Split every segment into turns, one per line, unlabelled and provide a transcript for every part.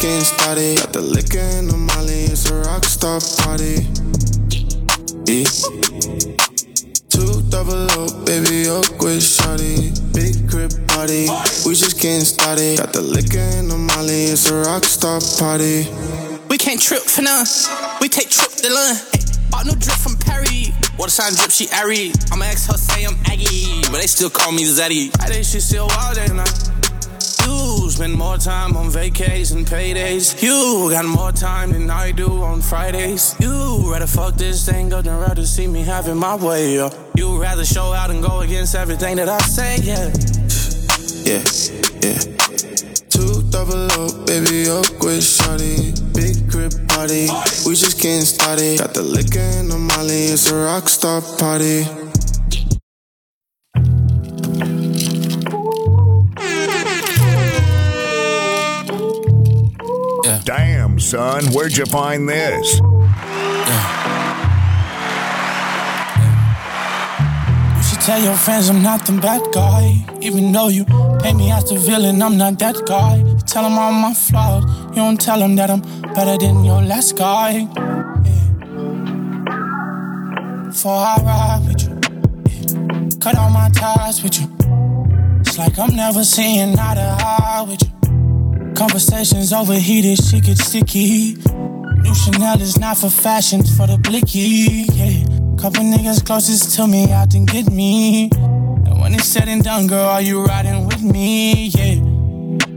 getting started. Got the liquor in the molly, it's a rock star party. E. Two double O, baby, oak with shawty. Big crib party, we just getting started. Got the liquor in the molly, it's a rock star party.
We can't trip for none. We take trip to London. Ay, Bought new drip from Perry. Water sign drip, she airy. I'ma ask her, say I'm Aggie. But they still call me Zeddy. I think she still wild and I. You spend more time on vacays and paydays. You got more time than I do on Fridays. You rather fuck this thing up than rather see me having my way. Yeah. You rather show out and go against everything that I say, yeah.
Yeah, yeah. Two double O, baby, oak with shawty. Big crib party, we just getting started. Got the liquor in the molly, it's a rock star party.
Damn, son, where'd you find this?
You should tell your friends I'm not the bad guy. Even though you paint me as the villain, I'm not that guy. You tell them all my flaws. You don't tell them that I'm better than your last guy. Yeah. For I ride with you. yeah. Cut all my ties with you. It's like I'm never seeing eye to eye with you. Conversations overheated, she gets sticky. New Chanel is not for fashion, for the blicky. Yeah. Couple niggas closest to me out and get me. And when it's said and done, girl, are you riding with me? Yeah.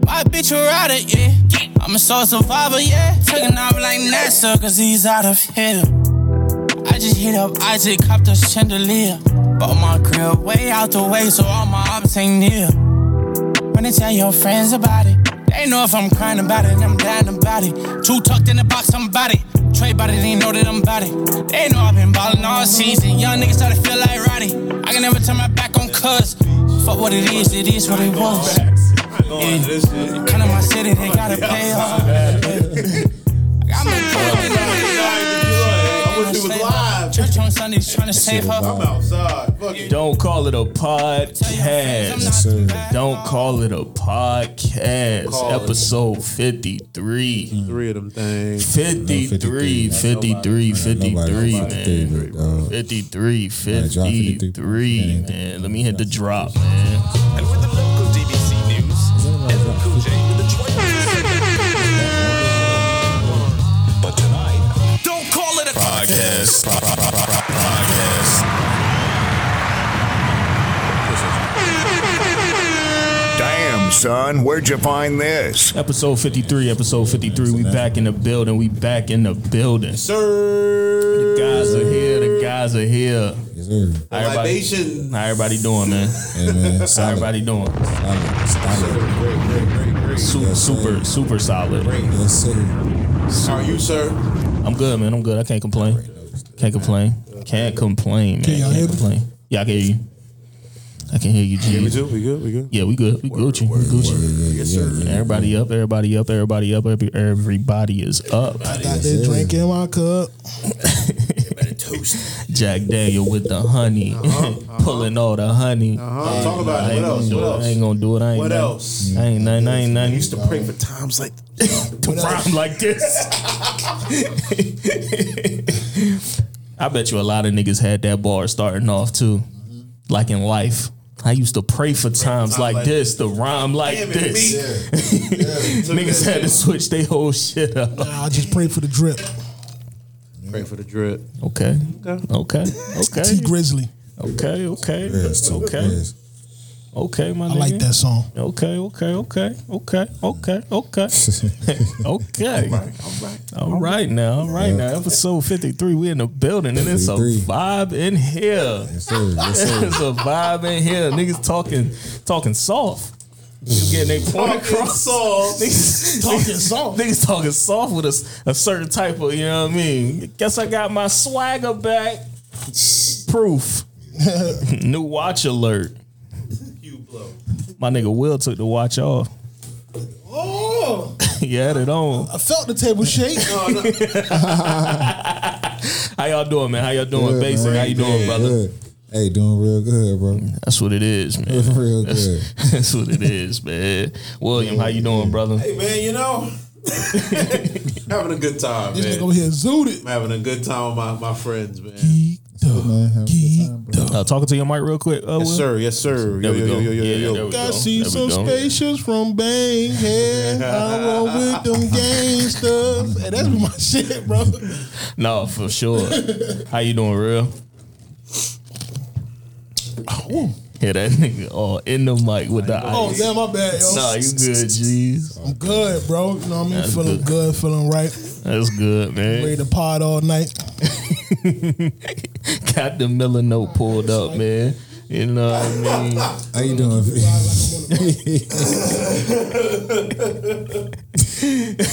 My bitch a rider, yeah. I'm a soul survivor, yeah. Taking off like NASA, cause he's out of here. I just hit up Isaac, cop the chandelier. Bought my grill way out the way, so all my ops ain't near. When they tell your friends about it, they know if I'm crying about it, I'm dying about it. Two tucked in the box, I'm about it. Trey about it, they know that I'm about it. They know I've been ballin' all season. Young niggas started feel like Roddy. I can never turn my back on cuz. Fuck what it is, it is what it was. Yeah. Kind of my city, they gotta pay off. I'm a
I wish it was live.
Church on Sundays trying to save her.
I'm outside. Fuck it.
Don't call it a podcast.
Yes,
Don't call it a podcast.
Call it.
Episode 53.
Three of them things.
53, 53, 53, man. 53, 53, man. Let me hit the drop, man.
And for the local DBC news, Edwin Cool J with the Troy News. But tonight, don't call it a podcast. Podcast.
Damn, son, where'd you find this?
Episode 53, episode 53. We back in the building. We back in the building.
Sir.
The guys are here. The guys are here.
Yes, sir.
How everybody,
Libations.
how everybody doing, man?
Hey, man.
How
Solid.
everybody doing?
Solid. Solid.
Great, great, great, great.
Super, super, super solid.
Yes, sir.
How are you, sir?
I'm good, man. I'm good. I can't complain. Can't complain. Can't complain, man.
Can y'all
Can't
hear me?
complain. Yeah, I can hear you. I can hear you, G.
We good? We good?
Yeah, we good. We Gucci. We Gucci.
Yes, sir.
Everybody up. Everybody up. Everybody up. Every, everybody is up.
Got that drink in my cup.
Jack Daniel with the honey, pulling all the honey.
Uh-huh. Talk about it.
I ain't
What else?
gonna
What
do it. I ain't
else?
gonna do it. I ain't
What
nothing.
else?
I ain't nothing. I ain't nothing.
Used to pray for times like
to rhyme like this. I bet you a lot of niggas had that bar starting off too, like in life. I used to pray for times like,
like
this, to rhyme like
Damn it,
this.
me.
Niggas had to switch their whole shit up.
I just pray for the drip.
Pray for the drip.
Okay, okay,
T
okay,
Grizzly.
okay, okay,
Yes, T
okay,
Grizz.
okay, my nigga.
I like that song.
Okay, okay, okay, okay, okay, okay, okay. All right now, all right now. Episode fifty-three. We in the building, and it's a
53.
vibe in here.
Yes, sir. Yes, sir.
It's a vibe in here. Niggas talking, talking soft. You getting they point across. Niggas talking soft. Niggas talking soft with a, s- a certain type of, you know what I mean? Guess I got my swagger back. Proof. New watch alert. My nigga Will took the watch off.
Oh,
he had it on.
I felt the table shake.
How y'all doing, man? How y'all doing? Basic. How you doing, brother?
Good. Hey, doing real good, bro.
That's what it is, man.
Real good.
That's what it is, man. William, how you doing, brother?
Hey man, you know,
Having a good time,
This nigga
man.
over here zooted.
I'm having a good time with my, my friends, man.
Man, have a good time, bro.
Uh, talking to your mic real quick. Uh,
Yes,
Will.
sir. Yes, sir. Yo,
There we
yo,
go.
yo, yo, yo,
Yeah,
yo.
there we
I
go.
see
There we
some
go.
spacious from Bang. Yeah, I roll with them gang stuff. Hey, that's my shit, bro.
No, for sure. How you doing, real? Yeah, that nigga all in the mic with the
Oh,
ice.
damn, my bad, yo.
Nah, you good, jeez.
I'm good, bro. You know what I mean? feeling good. feeling right.
That's good,
Ready
man.
to pod all night.
Captain Miller note pulled up, man. You know what I mean?
How you doing?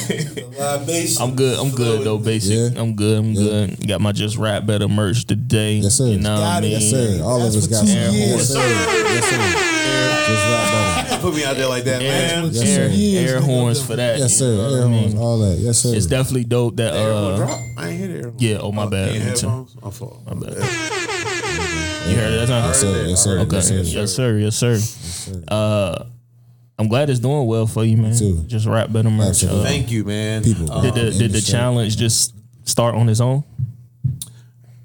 I'm good. I'm good though. Basic.
Yeah.
I'm good. I'm good. Got my just rap better merch today.
Yes, sir.
You know what I
Got it.
mean?
Yes, sir. All of us got some.
Air
Yes,
horns.
sir. Yes, sir. Just wrap that up.
Put me out there like that,
Air,
man.
Yes,
air,
sir.
air horns for that.
Yes,
you know
sir.
what I
Air
mean?
horns, all that. Yes, sir.
It's definitely dope that
Airhorn
uh
drop. I ain't hear the airhorn.
yeah, oh my bad.
You
Me
hear
too.
headphones? My fault.
My bad. You heard that time?
Yes, sir. Yes, sir.
Okay.
Yes, sir.
Yes, sir. Yes, sir. Uh, I'm glad it's doing well for you, man.
too.
Just rap better merch.
Absolutely.
Uh,
Thank you, man. Uh,
People.
did the did the challenge just start on its own?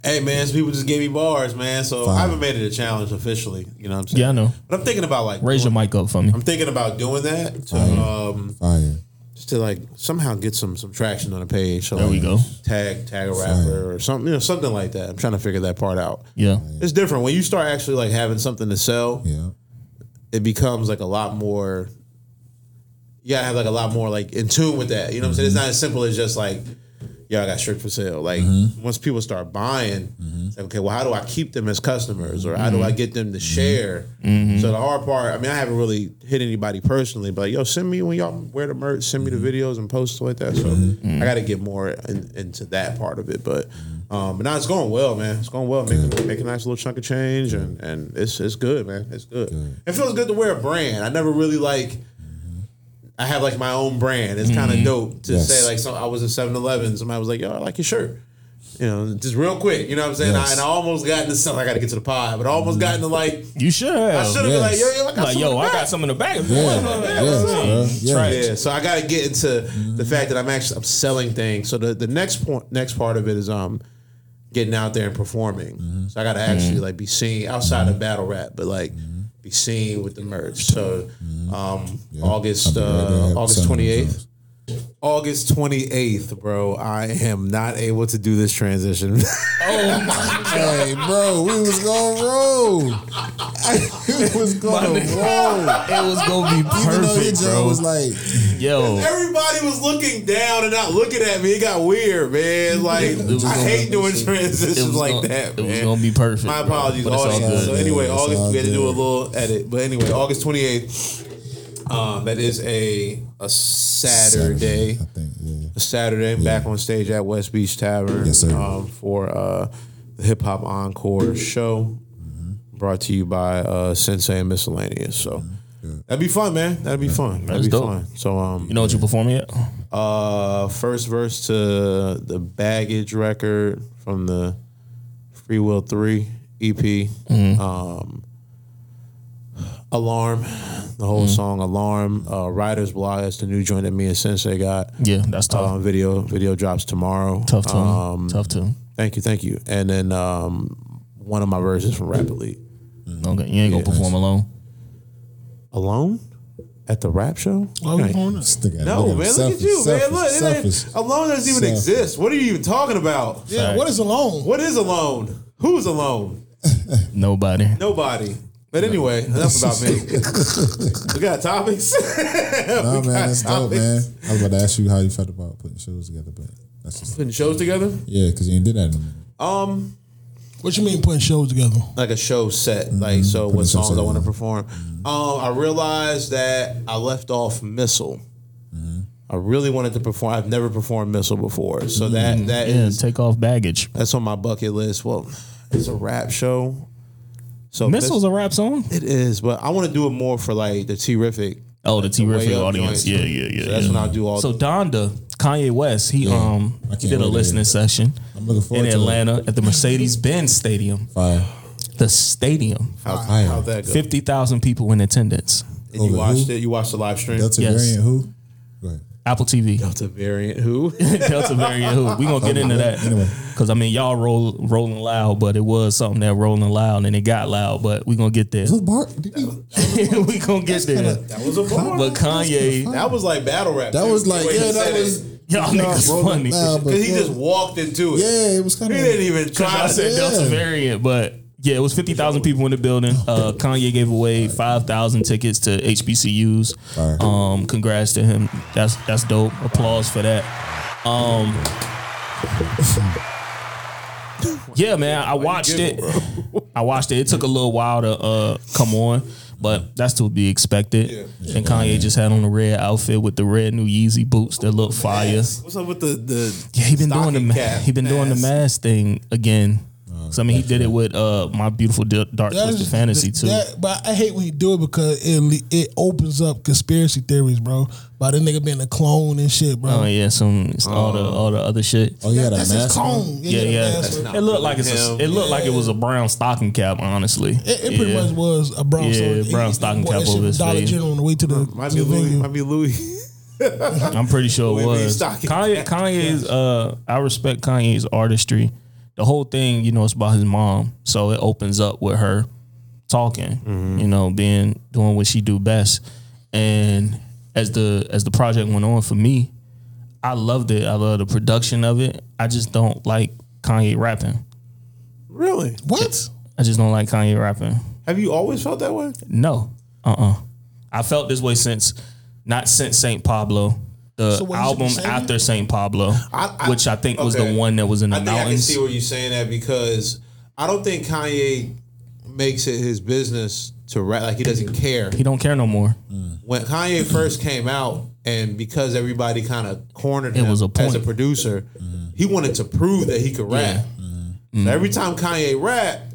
Hey man, some people just gave me bars, man. So
Fine.
I haven't made it a challenge officially. You know what I'm saying?
Yeah, I know.
But I'm thinking about like
Raise your mic up for me.
I'm thinking about doing that to
Fine.
uh,
um
Fire.
just to like somehow get some some traction on the page. So
There we
like,
go.
Tag tag a
Fine.
rapper or something, you know, something like that. I'm trying to figure that part out.
Yeah.
It's different when you start actually like having something to sell.
Yeah.
It becomes like a lot more. You gotta have like a lot more like in tune with that. You know what I'm saying? It's not as simple as just like, yo, I got shirt for sale. Like once people start buying, it's like okay, well, how do I keep them as customers, or how do I get them to share? So the hard part, I mean, I haven't really hit anybody personally, but like, yo, send me when y'all wear the merch, send me the videos and posts like that. So I got to get more in, into that part of it, but. Um, but now it's going well, man. It's going well. Making, making a nice little chunk of change, and, and it's it's good, man. It's good. It feels good to wear a brand. I never really like. I have like my own brand. It's kind of dope to
Yes.
say like some, I was at 7-Eleven. Somebody was like, "Yo, I like your shirt." You know, just real quick. You know what I'm saying?
Yes.
I, and I almost got into something. I got to get to the pod, but I almost got into like
You should have.
I should have been
Yes.
like, "Yo, yo, I got
Oh, Like,
something
yo, I
back."
got some in the bag.
Yeah. Yes, bro. Yeah.
Trash.
Yeah, so I got to get into
Mm-hmm.
the fact that I'm actually I'm selling things. So the, the next point, next part of it is um getting out there and performing.
Mm-hmm.
So I got to actually like be seen outside of battle rap, but like
Mm-hmm.
be seen with the merch. So um August
I'll be right
uh,
there.
August
Send them
28th. August 28th, bro. I am not able to do this transition.
Hey, bro, we was gonna roll. we was gonna roll.
It was gonna be
Even though your
perfect,
job
bro.
was like,
Yo,
Everybody was looking down and not looking at me. It got weird, man. Like
was
I hate doing
it
transitions
was
like
gonna,
that.
It was
man.
gonna be perfect.
My
bro.
apologies,
But it's all
audience.
good.
So anyway,
It's
August
all
we had to do a
good.
little edit, but anyway, August twenty eighth. Um, that is a a Saturday.
I think, yeah.
A Saturday, I'm back on stage at West Beach Tavern.
Yes, sir.
Um, for uh, the hip hop encore show,
Mm-hmm.
brought to you by uh, Sensei and Miscellaneous. So. That'd be fun, man. That'd be fun. That'd
Mm-hmm. That's
be
dope.
fun. So, um,
You know what you performing yet?
uh, first verse to the baggage record from the Free Will Three EP.
Mm-hmm.
Um, Alarm, the whole
Mm-hmm.
song Alarm. Uh, Writer's Block. That's the new joint that me and Sensei got.
Mm-hmm.
Yeah, that's tough.
Uh, video video drops tomorrow.
tough tune.
Um,
tough tune.
Thank you, thank you. And then um, one of my verses from Rap Elite.
Okay, you ain't gonna perform alone.
Alone at the rap show. Nice.
This nigga
No,
looking
man,
selfish,
look at you,
selfish,
man. Look, it
selfish.
ain't, Oh, alone doesn't even
Selfish.
exist. What are you even talking about?
Yeah, what
is alone?
What is alone? Who's alone?
Nobody.
Nobody. But anyway, enough about me. we got topics.
Nah,
We
man,
got
that's dope,
topics.
man. I was about to ask you how you felt about putting shows together, but that's just
Putting shows together,
yeah, because you ain't did that in a minute.
um,
What you mean putting shows together?
like a show set, like so,
Putting
what
a show
songs I
set
want to
on.
perform. Um, I realized that I left off Missile. I really wanted to perform. I've never performed Missile before, so that that is
Yeah, take off baggage.
that's on my bucket list. Well, it's a rap show,
Oh,
so
Missile's a rap song.
It is, but I want to do it more for like the terrific.
Oh, the T
way
Riffing
up
audience.
joints.
Yeah, yeah, yeah.
So that's
yeah.
when I'll do all.
So Donda, Kanye West, he um
I can't
did a
wait to
listening
hear it.
session
I'm looking forward
in
to it.
Atlanta at the Mercedes Benz Stadium.
Fire.
The stadium,
how,
Fire.
how'd that go?
fifty thousand people in attendance.
And you
Over
watched
who?
it. You watched the live stream.
Delta
Yes.
variant who? Go ahead.
Apple TV.
Delta variant who?
Delta variant who. We gonna get into that
Anyway.
because I mean y'all roll rolling loud, but it was something that rolling loud and it got loud. But we gonna get there.
Was Bart? Did he,
we gonna get there.
That was a bar.
But Kanye,
kinda
that was like battle rap.
that
too,
was
the
like
way he
yeah, that
said it.
was
y'all niggas
rolling
funny.
loud, but
Cause he
yeah.
just walked into it.
yeah, it was kind
He
of
didn't even try
I
to
said Delta
Yeah.
variant, but yeah, it was fifty thousand people in the building. Uh, Kanye gave away five thousand tickets to HBCUs. Um, congrats to him. That's that's dope. Applause for that. Um, yeah, man, I watched it. I watched it. It took a little while to uh, come on. But that's to be expected. And Kanye just had on the red outfit with the red new Yeezy boots that look fire.
What's up with the the?
Yeah, he been doing the
stocking
ma-
cap
he been doing the
mask?
mask thing again. so I mean, he did it with uh my beautiful Di- dark
That's-
twisted fantasy too.
that- but I hate when you do it because it le- it opens up conspiracy theories, bro. About the nigga being a clone and shit, bro.
oh yeah, some it's all the all the other shit.
Oh, he had a
That's his
mask. on?
clone.
yeah, yeah.
that's what-
It looked like it's a,
him.
it looked like it was a brown stocking cap. Honestly,
It, it pretty
Yeah.
much was a brown.
Yeah,
stocking.
brown
He- he
stocking
wore that
cap
shit
over
from
his
Dollar
face.
General on the way to the,
Might
to
be
the
Louis.
venue.
Might be Louis.
I'm pretty sure it
Louis V
was.
stocking
Kanye, Kanye's uh, I respect Kanye's artistry. The whole thing, you know, it's about his mom, so it opens up with her talking, you know, being doing what she do best. And as the as the project went on for me, I loved it. I loved the production of it. I just don't like Kanye rapping.
Really?
What?
I just don't like Kanye rapping.
Have you always felt that way?
No. Uh uh I felt this way since, not since St. Pablo, the
So what is it,
album
Saint?
after St. Pablo,
I- I-
which I think was the
okay.
one that was in the
I think I can
mountains.
see where you're saying that because I don't think Kanye makes it his business to rap. Like he doesn't care.
he don't care no more.
When Kanye first came out, and because everybody kind of cornered
It
him
was a
as a
point.
producer, he wanted to prove that he could rap. So every time Kanye rapped,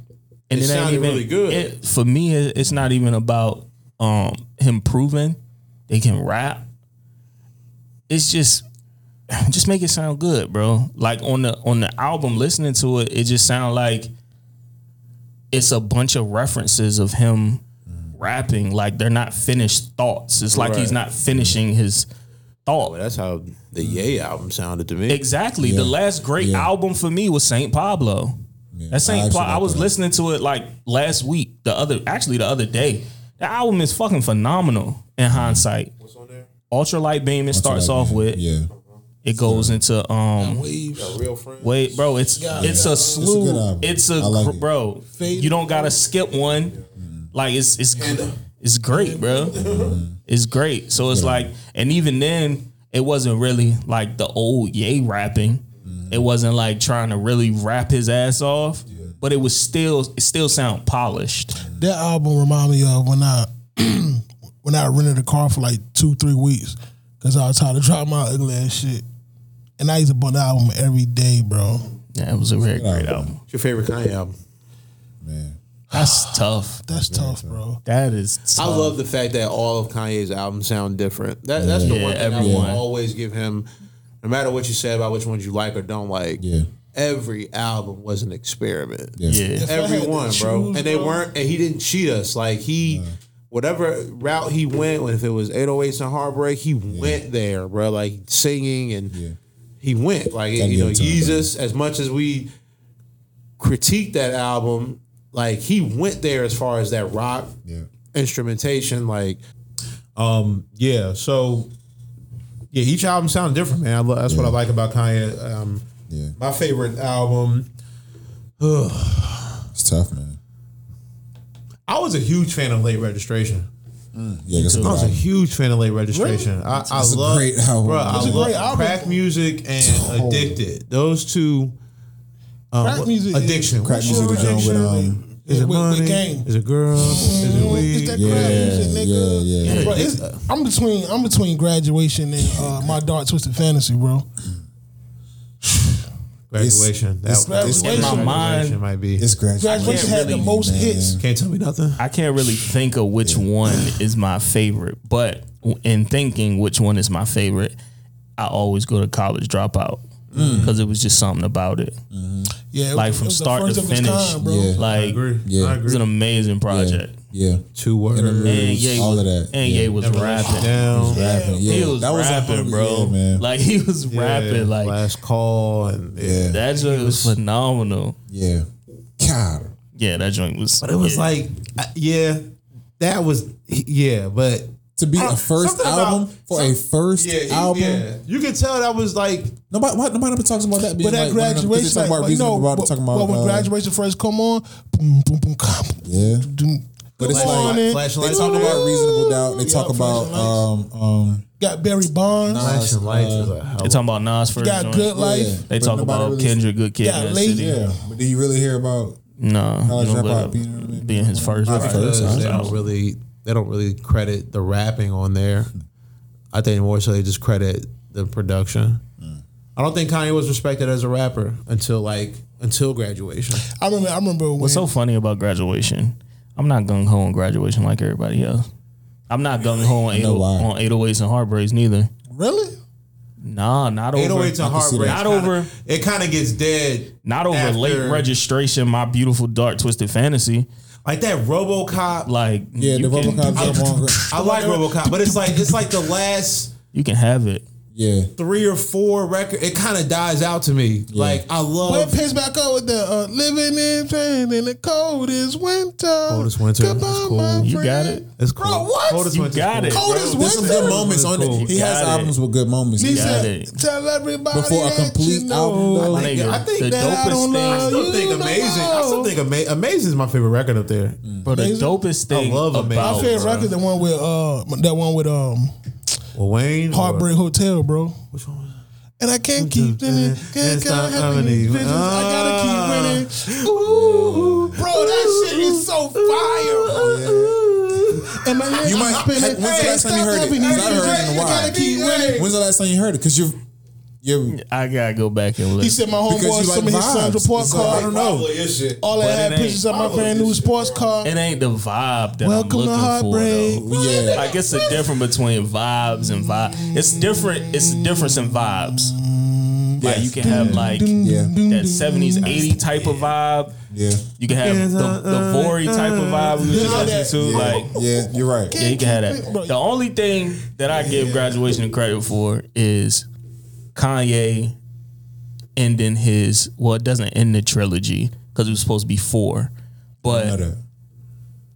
And
it
ain't
sounded
even-
really good.
it- for me, it- it's not even about um, him proving they can rap. It's just, just make it sound good, bro. Like on the on the album, listening to it, it just sound like it's a bunch of references of him rapping. Like they're not finished thoughts. It's like he's
Right.
not finishing his thought.
that's how the Ye album sounded to me.
Exactly. The last great album for me was Saint Pablo. That
I
Saint
actually
Pablo. I
like
was
that.
listening to it like last week. The other, actually, the other day. The album is fucking phenomenal in
Mm-hmm.
hindsight. What's on there? Ultralight beam. It starts off with.
Yeah.
It goes into um.
Waves.
Real friend.
Wait, bro. It's it's a
good
slew.
album.
It's a,
I like
gr-
it. Mm-hmm.
bro.
Fade.
You don't gotta skip one. Like it's it's
uh,
it's great, bro. It's great. So it's like, and even then, it wasn't really like the old Ye rapping.
Mm-hmm.
It wasn't like trying to really rap his ass off, but it was still it still sound polished.
That album remind me of when I when I rented a car for like two three weeks because I was tired of driving my ugly ass shit, and I used to bump the album every day, bro.
Yeah, it was a very great
album.
album.
What's your favorite Kanye album?
Man.
That's tough.
That's tough, bro.
That is.
I
Tough.
love the fact that all of Kanye's albums sound different. That, that's the
Yeah,
one thing
everyone.
I will always give him. No matter what you say about which ones you like or don't like,
Yeah.
every album was an experiment.
Yeah.
Yeah.
I had
Every
to
one, bro.
choose,
And they
bro.
weren't. And he didn't cheat us. Like he, whatever route he went, if it was 808s and heartbreak, he went there, bro. Like singing and
Yeah.
he went. Like
Gotta
you
give
know,
it to him,
Jesus. As much as we critique that album, like he went there as far as that rock
Yeah.
instrumentation, like.
Um, Yeah, so yeah, each album sounds different, man. I lo- that's what I like about Kanye. Um,
Yeah.
my favorite album.
It's tough, man.
I was a huge fan of Late Registration.
Yeah, that's a good
I was a
album.
huge fan of Late Registration. I, I
It's a
love,
great album.
Bro,
It's
I
a
love
great album.
crack music and addicted. Those two. um,
Crack music is-
addiction.
Crack music with John with um.
Is it
with,
money?
with game.
Is it girls? Is it weed?
It's that
Yeah.
crowd music, nigga.
Yeah. Yeah.
Bro, it's, I'm between I'm between graduation and uh, my dark twisted fantasy, bro.
Graduation. That-
it's-
that's what
in my
graduation
mind,
might be.
It's graduation.
Graduation had the most hits.
Can't tell me nothing.
I can't really think of which one is my favorite, but in thinking which one is my favorite, I always go to college dropout
Mm.
because it was just something about it.
Yeah, it
Like
was-
from
it was the
start to
first of its
finish,
kind, bro.
Yeah.
like
I agree.
it
Yeah.
I
was
agree.
an amazing project.
Yeah.
Two words.
And Ye
all
was-
of that.
And
yeah.
Ye was rapping.
down.
rapping. Yeah.
He was
that was our
rapping,
first-
bro.
yeah, man.
Like he was
Yeah,
rapping. Like
last call and yeah.
yeah.
that joint was phenomenal.
yeah. God.
Yeah, that joint was.
But it was
yeah.
like, uh, yeah, that was yeah, but
To be a
Uh,
first
something about-
album for a first album.
you can tell that was like
Nobody, why, nobody ever talks about that. Being
But at
like uh, one of them- 'cause they
graduation,
talk
like,
about
like, you
reasonable
know,
about
but,
talking about
but when
uh,
graduation first come on, boom, boom, boom, come,
Yeah,
doom,
but it's
come on
like
in.
they
flashlights.
talk about reasonable doubt. They talk about um um.
got Barry Bonds,
flashing lights. is a hell
they talking about Nas first.
got
joint.
Good Life,
Yeah.
They
but
talk
nobody
about
really-
Kendrick, good kid,
Yeah,
Mad
late-
City.
Yeah, um, but do you really hear about
No,
College
no,
Dropout
but
being- you know what I mean?
being his first.
Not
record.
first,
because
huh?
they don't really they don't really credit the rapping on there. I think more so they just credit the production.
Mm.
I don't think Kanye was respected as a rapper until like until graduation.
I remember, I remember when
What's so funny about graduation? I'm not gung ho on graduation like everybody else. I'm not gung ho on, 80,
know why.
on 808s and heartbreaks neither.
really
Nah, not over.
808 to
see
heartbreak.
that.
Not
kinda-
over.
It kind of gets dead.
Not over
after-
late registration. My beautiful dark twisted fantasy.
Like that RoboCop.
Like
yeah
you
the
can,
RoboCop album? on gra-
I like RoboCop, but it's like it's like the last
You can have it.
Yeah,
three or four record. It kind of dies out to me. Like I
Well, it
love.
picks back up with the uh, living in pain in the coldest winter.
Coldest winter.
Goodbye,
That's cool.
my
You got
friend.
it.
It's cool.
Bro, what?
Coldest
You
Winter's
got
cool.
it.
Coldest
there's some good
winter.
moments on
Cool.
it. He has
Got it.
albums with good moments.
He
Yeah.
got
said,
it.
"Tell everybody
Before a
that
complete
you know.
album, though.
My nigga,
I think
the
that I
dopest
don't
thing.
love
I still
You
think
don't
amazing. I still
know.
think ama- amazing is my favorite record up there.
Bro, the
Amazing.
dopest thing.
love Amazing.
about,
My favorite
bro.
record, the one with uh, that one with um,
Well, Wayne or-
Heartbreak Hotel, bro.
Which one? was it?
And I can't keep winning. Can't
It's not
can't have these
happening.
visions. I gotta keep winning. Ooh, bro, that shit is so
Oh,
fire.
Oh,
bro. And my head
You might-
keep spinning.
Hey, when's the last time you
stop
heard it?
having
'Cause I
these
heard it in a
visions.
while.
I gotta keep winning.
When's the last time you heard it? Because you're you're
I gotta go back and look.
He said my homeboy,
because you like
some of his son's
vibes.
report
It's like,
card.
I don't know.
All I
But
had
it ain't.
pictures of my brand new sports car.
it ain't the vibe that
Welcome
I'm
to
looking for.
heartbreak.
Though.
Yeah.
Like it's the difference between vibes and vibe. It's different. It's the difference in vibes. Like you can have like
Yeah.
that seventies, eighty type of vibe.
Yeah.
You can have the, the Vori type of vibe we was just listening to. Like
Yeah, you're right.
yeah, you can have that. The only thing that I give graduation credit for is Kanye ending his well, it doesn't end the trilogy because it was supposed to be four.
I know
But
that.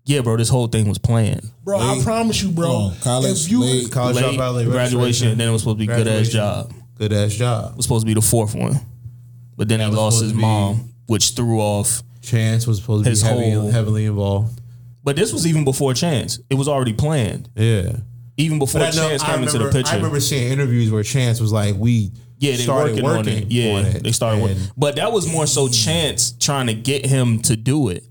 yeah, bro, this whole thing was planned.
Bro, I
Late.
promise you, bro.
Come on, college,
if you
late.
College
Late
Dropout, Late
graduation, and then it was supposed to be good ass
Graduation.
job.
Good ass job.
was supposed to be the fourth one, but then he
was
lost
supposed
his
to be-
mom, which threw off.
Chance was supposed to
His
be heavy,
whole-
heavily involved.
But this was even before Chance. It was already planned,
Yeah.
even before
But I know-
Chance
I
came into the
remember-
picture.
I remember seeing interviews where Chance was like, "We
yeah, they
started
working, on it. Yeah,
on it,
they started working.
and
But that was more so Chance trying to get him to do it.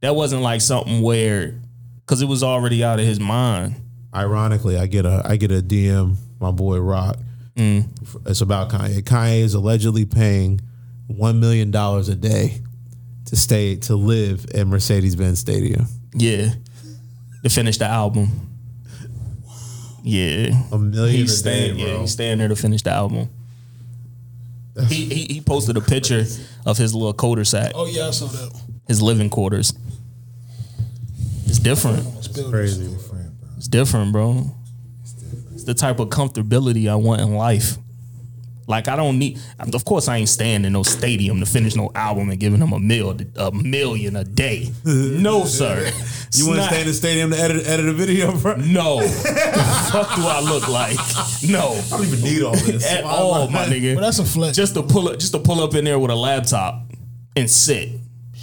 That wasn't like something where, because it was already out of his mind.
Ironically, I get a I get a DM. My boy Rock.
Mm.
It's about Kanye. Kanye is allegedly paying one million dollars a day to stay to live at Mercedes Benz Stadium.
Yeah, to finish the album. Yeah,
A million
he's
a day,
staying. yeah,
bro.
he's staying there to finish the album. He, he he posted a picture of his little coder sack,
Oh yeah, I saw that.
his living quarters. It's different.
Crazy.
It's different, bro. It's the type of comfortability I want in life. Like I don't need. Of course, I ain't staying in no stadium to finish no album and giving them a mil, a million a day. No, sir.
You want to
It's
stay in
not-
the stadium to edit edit a video, bro? I
No. the fuck do I look like? No.
don't even need all this
At
Why am
all,
I-
my nigga.
But that's a flex.
just to pull up, just to pull up in there with a laptop and sit.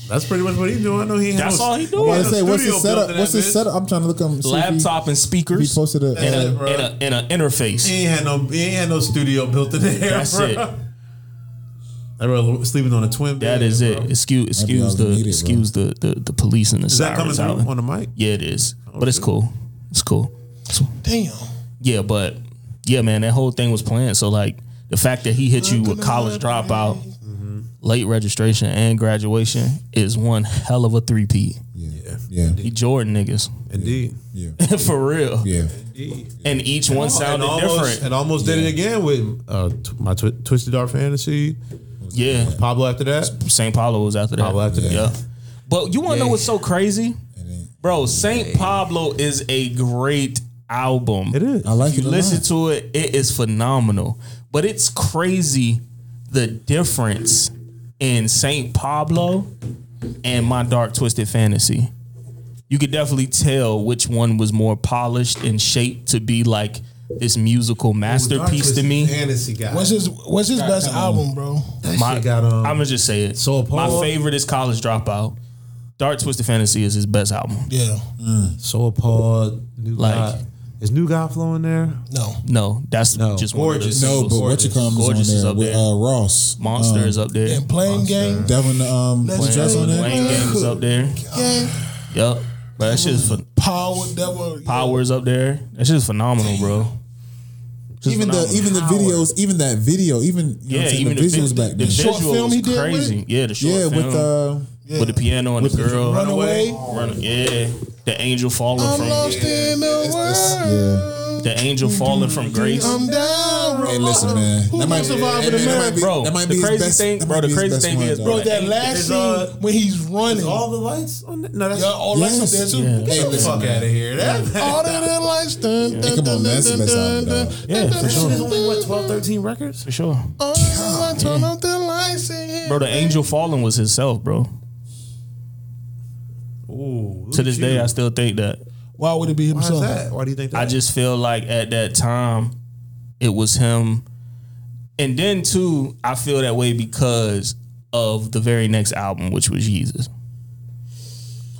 That's pretty much what he's doing. I know he.
That's
has-
all he
I
doing.
was gonna say, what's
Studio
his setup?
building
What's
that
his
bitch.
setup? I'm trying to look up.
Laptop and
He
speakers
posted a.
and
Yeah,
a,
uh, bro.
and, a, and a interface.
He ain't had no. He ain't had no studio built in there.
That's
bro.
it.
I were sleeping on a twin bed.
That is
bro.
it. Excuse,
all
excuse
we
the,
needed, bro.
excuse the, the, the police and the
Is that coming
sirens out.
through on the mic?
Yeah, it is, but it's cool. It's cool. So,
Damn.
yeah, but yeah, man, that whole thing was planned. So like the fact that he hit you with college dropout,
Mm-hmm.
late registration, and graduation is one hell of a three P.
Yeah. Yeah.
He Jordan niggas
Indeed.
Yeah.
for real,
Yeah.
and each one
and
sounded
almost,
different.
And almost did it again with uh, t- my twi- Twisted Dark Fantasy.
Yeah,
Pablo after that.
St. Paulo was after that.
Pablo after that.
Yeah. But you want to know what's so crazy?
And then-
Bro, Saint Pablo is a great album. It
is.
I like
you
it a
listen
lot.
to it, it is phenomenal. But it's crazy the difference in Saint Pablo and My Dark Twisted Fantasy. You could definitely tell which one was more polished and shaped to be like this musical masterpiece to me.
Fantasy guy.
What's his What's his best album, bro?
that
My,
shit got um,
I'm gonna just say it.
Soul Paul.
My favorite is College Dropout. Dark Twisted Fantasy is his best album.
Yeah,
Soul Pod, New
Like-
God. Is New God flowing there?
no.
No, that's
No.
just one of the
Gorgeous.
No,
singles.
but what you call him
Gorgeous
is
is
on there
up
with
there.
uh, Ross.
Monster
um,
is up there.
And playing game.
Devin, the, um, was Dress on there.
Wayne Gang is up there.
Gang.
Yup. But that shit's ph-
Power, devil,
powers up there. That shit's phenomenal, bro. Just
Even the
phenomenal.
even the videos, even that video, even you know what
yeah,
I'm saying,
even
the visuals back
the
then.
visual
Short film
was
he did with
crazy. Yeah, the short
yeah,
film
with uh,
with the piano and the girl.
Runaway.
Run- yeah, the angel falling
I'm
from
lost in the world.
yeah.
the angel falling from grace.
I'm down.
Hey, listen, man.
Who
That might
can
be-
survive
hey,
in
man, that might
America?
be-
Bro,
that might
the
be his
crazy
best-
thing,
that
bro,
might
the
be his
crazy
best
thing
one,
is,
though.
bro,
Bro, that
Ain't-
last
there's,
scene
uh,
when he's running.
All
All,
the lights on that? No, that's
all
Yes.
that's up there too.
Yeah.
Get
Hey,
the
listen,
fuck
man.
out of here. That, that,
All of their lights. Dun, dun,
come on,
dun,
man. That's the
dun,
best
dun,
album,
dun,
dog.
Yeah, for sure.
there's only what 12, 13 records.
For sure.
all of them, turn off their lights and hit
Bro, the angel falling was himself, bro.
Ooh,
To this day, I still think that.
Why would it be
Why is
himself?
that? Why do you think that?
I just feel like at that time, it was him. And then too, I feel that way because of the very next album, which was Jesus.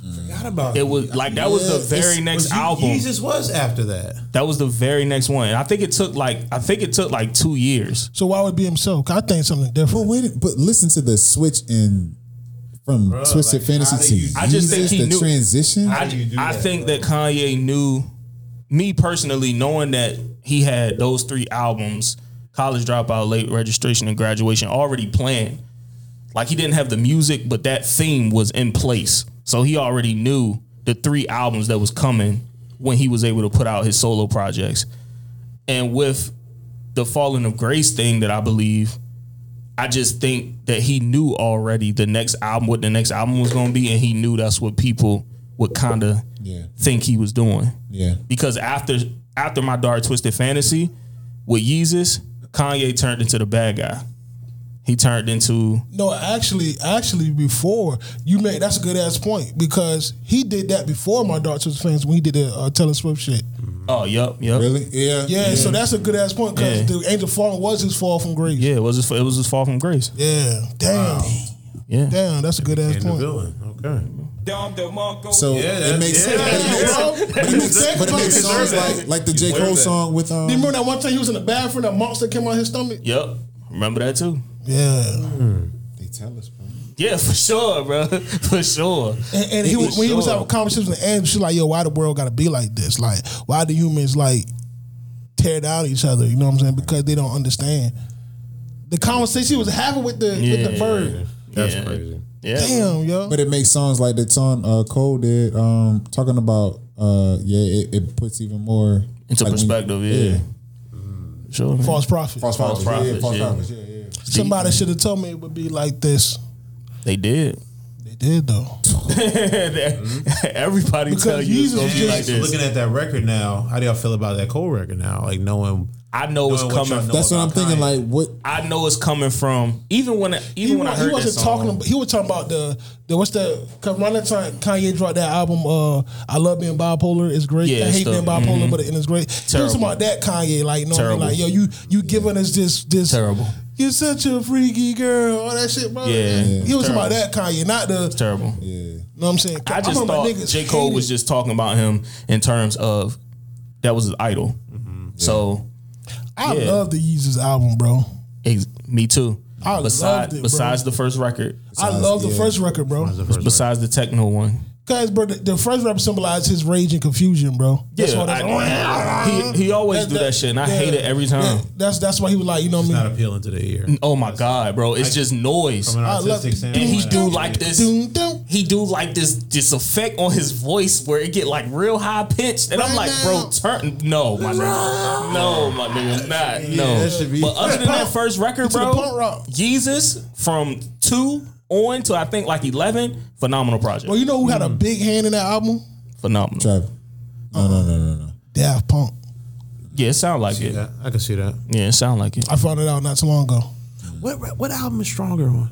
forgot about
It was like that was the very next album.
Jesus was after that.
That was the very next one. And I think it took like I think it took like two years.
So why would it be himself? 'Cause I think something
But
different.
wait, but listen to the switch in from Twisted
like,
Fantasy
how
to
do you-
Jesus,
I just think he
the
knew-
transition.
I,
do you do
I
that,
think that Kanye knew me personally, knowing that he had those three albums, college dropout, late registration, and graduation already planned. Like he didn't have the music, but that theme was in place. So he already knew the three albums that was coming when he was able to put out his solo projects. And with the falling of grace thing that I believe, I just think that he knew already the next album what the next album was gonna be, and he knew that's what people would kinda
Yeah.
think he was doing.
yeah,
Because after after my dark twisted fantasy with Yeezus, Kanye turned into the bad guy. He turned into
No, actually, actually, before you made that's a good ass point because he did that before my Dark Twisted fans when he did the uh, Taylor Swift shit.
oh yep yep
really, yeah,
Yeah, so that's a good ass point because
Yeah.
the angel falling was his fall from grace.
yeah it was his, it was his fall from grace
Yeah. Damn.
yeah
Damn, that's a good ass point.
villain. Okay.
So
that's-
it makes
yeah,
sense. But it makes, but it makes,
Exactly.
but it makes
Deserve
songs
that.
like like the J Cole
that.
song with um.
You remember that one time he was in the bathroom, that monster came out his stomach?
yep remember that too
Yeah.
They tell us, bro.
yeah for sure bro for sure
And, and he,
For
was when he was
sure.
having conversations with Andrew, she's like, yo, why the world gotta be like this? Like, why do humans like tear down each other? You know what I'm saying? Because they don't understand. The conversation he was having with the with the
Yeah.
bird.
That's
Yeah.
crazy.
yeah
Damn, yo.
But it makes songs like the song uh, Cole did, um, talking about uh, yeah, it, it puts even more
into
like, when you-
perspective yeah, sure man.
False prophet.
False prophets,
prophets,
yeah, false
yeah.
prophets, yeah, yeah.
Somebody should have told me it would be like this.
they did
They did though.
Mm-hmm.
everybody tell
Because
you it's
Jesus
gonna
was
be
just-
like this
Looking at that record now, how do y'all feel about that Cole record now? Like knowing
I know it's
knowing what y'all
coming
know
That's what I'm
about
thinking.
Kanye.
Like what?
I know it's coming from even when even
He,
when I
wa- he
heard that
wasn't
song
talking about he was talking about the the what's the cause around that time Kanye dropped that album uh I love being bipolar, it's great.
Yeah,
I
it's
hate
the-
being bipolar, but it is great. He was
Terrible.
talking about that Kanye, like you know what I mean?
Terrible.
like yo, you you giving us this this
Terrible.
You're such a freaky girl, all that shit, bro.
Yeah.
He was talking about that Kanye, not the
terrible
Yeah.
you know what I'm saying?
I just
remember
thought
niggas
J. Cole
hated-
was just talking about him in terms of that was his idol.
Mm-hmm.
So
I
yeah.
love the Yeezus album, bro.
ex- me too.
I loved
besides
it, bro.
besides the first record,
I love the
yeah.
first record, bro.
besides the techno one.
Guys, bro, the, the first rap symbolized his rage and confusion, bro. That's
yeah,
why that's
I- he he always do that, shit, and I
yeah.
hate it every time.
Yeah, that's that's why he was like, you know what I
not
mean?
appealing to the ear.
Oh my god, bro, it's just noise.
From an
I love
artistic
it.
standpoint,
And he
I
do
agree.
like this.
Doom, doom.
He do like this this effect on his voice where it get like real high pitched, and I'm
Right
like, bro,
now.
turn no, my nigga, no, my nigga, not no.
that should be-
But other than that
Punk.
first record,
To the
bro,
punk rock.
Jesus from two on to I think like eleven, phenomenal project.
Well, you know who had a big hand in that album?
phenomenal.
Trevor. No, no, no, no, no.
Daft Punk.
Yeah, it sound like it.
Yeah, I can see that.
Yeah, it sound like it.
I found it out not too long ago.
What what album is stronger on?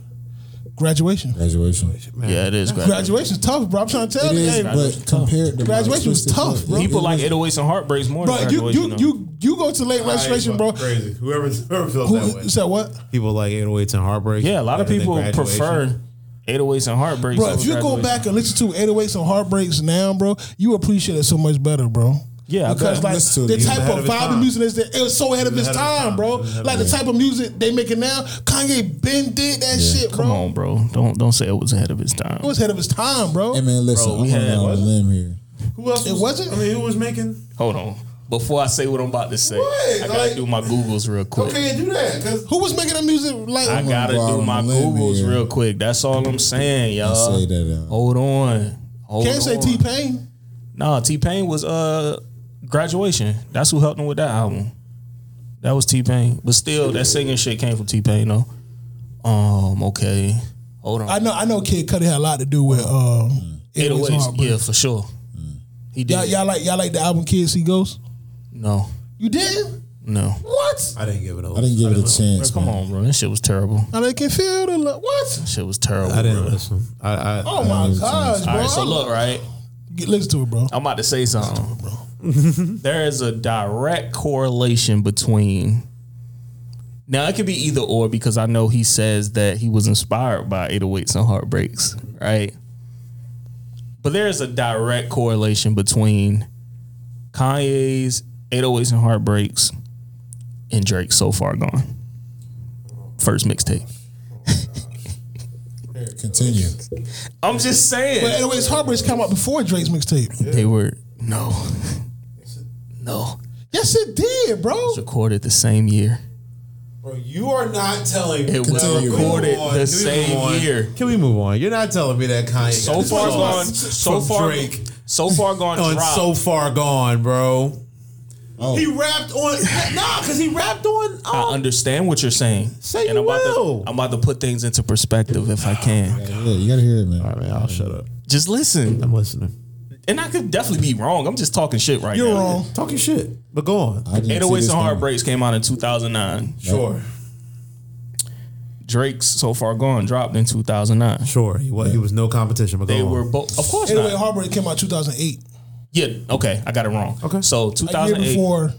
Graduation.
Graduation.
Yeah, it is. Graduation.
Graduation's tough, bro. I'm trying to tell
It
you.
is,
Hey,
but compared to
Graduation was
Twisted
tough,
Foot,
bro.
it-
People
it
like
was-
808s and heartbreaks more
bro,
than oh
you
graduation.
you, you you go to late registration, bro.
Crazy. Whoever, whoever feels that
Who
way.
said what?
People like 808s and Heartbreak.
yeah, a lot of
better than
people
Graduation.
prefer 808s and heartbreaks.
Bro,
over
if you go
graduation.
back and listen to 808s and Heartbreaks now, bro, you appreciate it so much better, bro.
Yeah, I
because
bet.
like
Listen to
the
it. He was
type
ahead
of
of his
vibe
time.
of music is there, it was so ahead of
He was
his
ahead of his
time,
time.
bro.
He was ahead of
Like the
his
type of music they making now, Kanye been did that shit, bro.
Come on, bro. Don't don't say it was ahead of its time.
It was ahead of his time, bro.
Hey man, listen,
we
I'm
had-
going on a limb here.
Who else?
It
was-
wasn't?
I mean, who was making?
Hold on. Before I say what I'm about to say,
What?
I gotta
Like-
do my Googles real quick.
Okay, do that. Cause
Who was making that music? Like
I gotta
go out
do
on
my
a limb
Googles
here.
real quick. That's all I'm saying,
I say
y'all.
that. Uh,
Hold on. Hold
can't say
on.
T Pain.
Nah, T Pain was uh graduation. That's who helped him with that album. That was T Pain. But still, that singing shit came from T Pain though. Um, okay. Hold on.
I know. I know. Kid Cudi had a lot to do with um, 808s.
808s.
Heartbreak.
Yeah, for sure. He did.
Y'all, y'all like y'all like the album Kids See Ghosts?
No,
You did?
no.
What?
I didn't give it a
I didn't give it a chance.
Come
man.
on, bro. That shit was terrible.
I like can feel the love. What?
Shit was terrible.
I didn't
bro.
listen. I, I,
Oh my
it's-
gosh, bro!
All right, so
I-
look, right?
Get- listen to it, bro.
I'm about to say something. there is a direct correlation between. Now it could be either or because I know he says that he was inspired by 808s and heartbreaks, right? But there is a direct correlation between Kanye's 808s and heartbreaks and Drake's "So Far Gone" first mixtape.
Continue.
I'm just saying.
But anyways, Heartbreaks came out before Drake's mixtape.
They were no, no.
Yes, it did, bro.
It was recorded the same year.
bro, you are not telling.
It was
Continue.
recorded
Come on,
the
dude,
same
come on.
year.
Can we move on? You're not telling me that Kanye.
So
got
far
songs
gone. So
from
far,
Drake
so far gone.
on
dropped.
so far gone, bro.
Oh,
He rapped on. nah, cause he rapped on.
Oh,
Um,
I understand what you're saying.
Say
and
you
I'm about
will.
to I'm about to put things into perspective if I can.
yeah, you gotta hear it, man.
All right, man, I'll shut up.
Just listen.
I'm listening.
And I could definitely be wrong. I'm just talking shit right
You're
now.
wrong.
Talking shit, but go on.
I didn't see
808s
this
and
coming.
Heartbreaks came out in 2009.
Sure,
Drake's So Far Gone dropped in 2009.
sure. He was, he was no competition, but
They
go on.
were both, of course
Anyway,
not.
Heartbreak came out 2008.
Yeah, okay, I got it wrong. Okay, so
A year
2008.
before.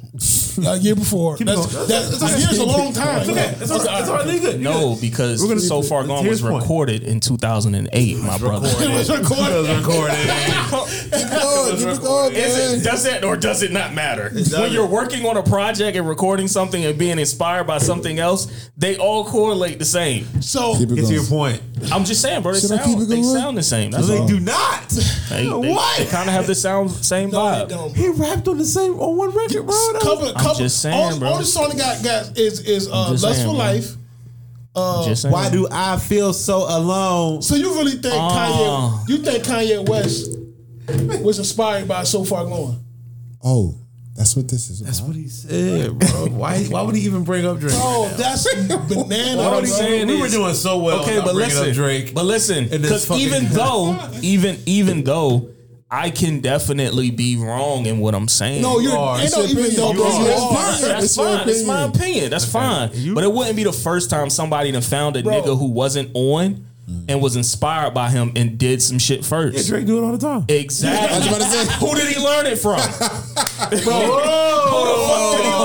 A year before. That's,
going.
that's, a year's a long time.
it's all right. It's all right. They good.
No, because
gonna-
So Far Gone
Here's
was
the point.
recorded in 2008, my brother.
It was recorded.
It was recorded.
Keep going, keep going,
Is
man.
it, does it or does it not matter? When
Mm. doesn't.
you're working on a project and recording something and being inspired by something else, they all correlate the same.
So
Keep it
Get to
going.
your point.
I'm just saying, bro. They,
Should I keep
sound,
it
they
going?
sound the same. That's
They
all.
do not.
They,
What?
kind of have the sound same
no, they
vibe.
don't.
He rapped on the same on one record, bro. That was-
Cover, cover.
just saying,
all,
bro.
all the song that got, got is is uh,
just
Lust
saying,
for
bro.
Life.
Just saying.
Why do I feel so alone?
So you really think Kanye? You think Kanye West was inspired by So Far Gone?
Oh, that's what this is. About.
That's what he said, bro. Why? Why would he even bring up Drake?
Oh, that's banana.
What I'm
bro.
saying
we were
is-
doing so well.
Okay,
not
but
bringing up
listen,
Drake.
but listen,
in this
because
fucking-
even though, even even though, I can definitely be wrong in what I'm saying.
No, you're
are.
ain't no
It's
even
opinion.
though,
You
bro.
are.
You
It's
are.
fine.
That's
It's your
fine. That's my
opinion.
opinion. That's fine. but it wouldn't be the first time somebody done found a nigga who wasn't on and was inspired by him and did some shit first.
Drake do it all the time.
exactly.
I was about to say.
who did he learn it from?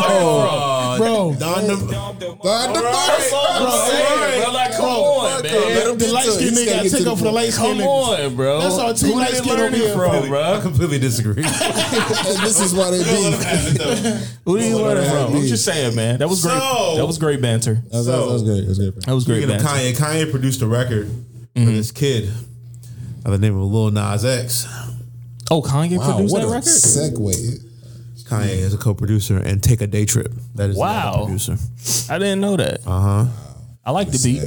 Oh.
bro.
Thug the
That's all I'm saying, bro. Like, come on, man.
Let him
The
get
light
to it.
skin
He's gotta
nigga
get
gotta
to
take
the
off for the
point.
light skin
Come
nigga.
on, bro.
That's our team
Who
light
did he
skin
learn
over
it
here,
from,
I
bro?
completely disagree.
And this is why they be.
Who did he learn it from?
Yeah.
I'm just saying, man. That was great.
So-
That was great banter.
That was, that was great. That was great.
That was great
Speaking of
banter.
Kanye, Kanye produced a record for this kid by the name of Lil Nas X.
Oh, Kanye
Wow,
produced
what
that
a
record?
segue.
Kanye is a co-producer and Take a Day Trip. That is wow.
Wow.
producer.
I didn't know that. Uh-huh. I like the beat.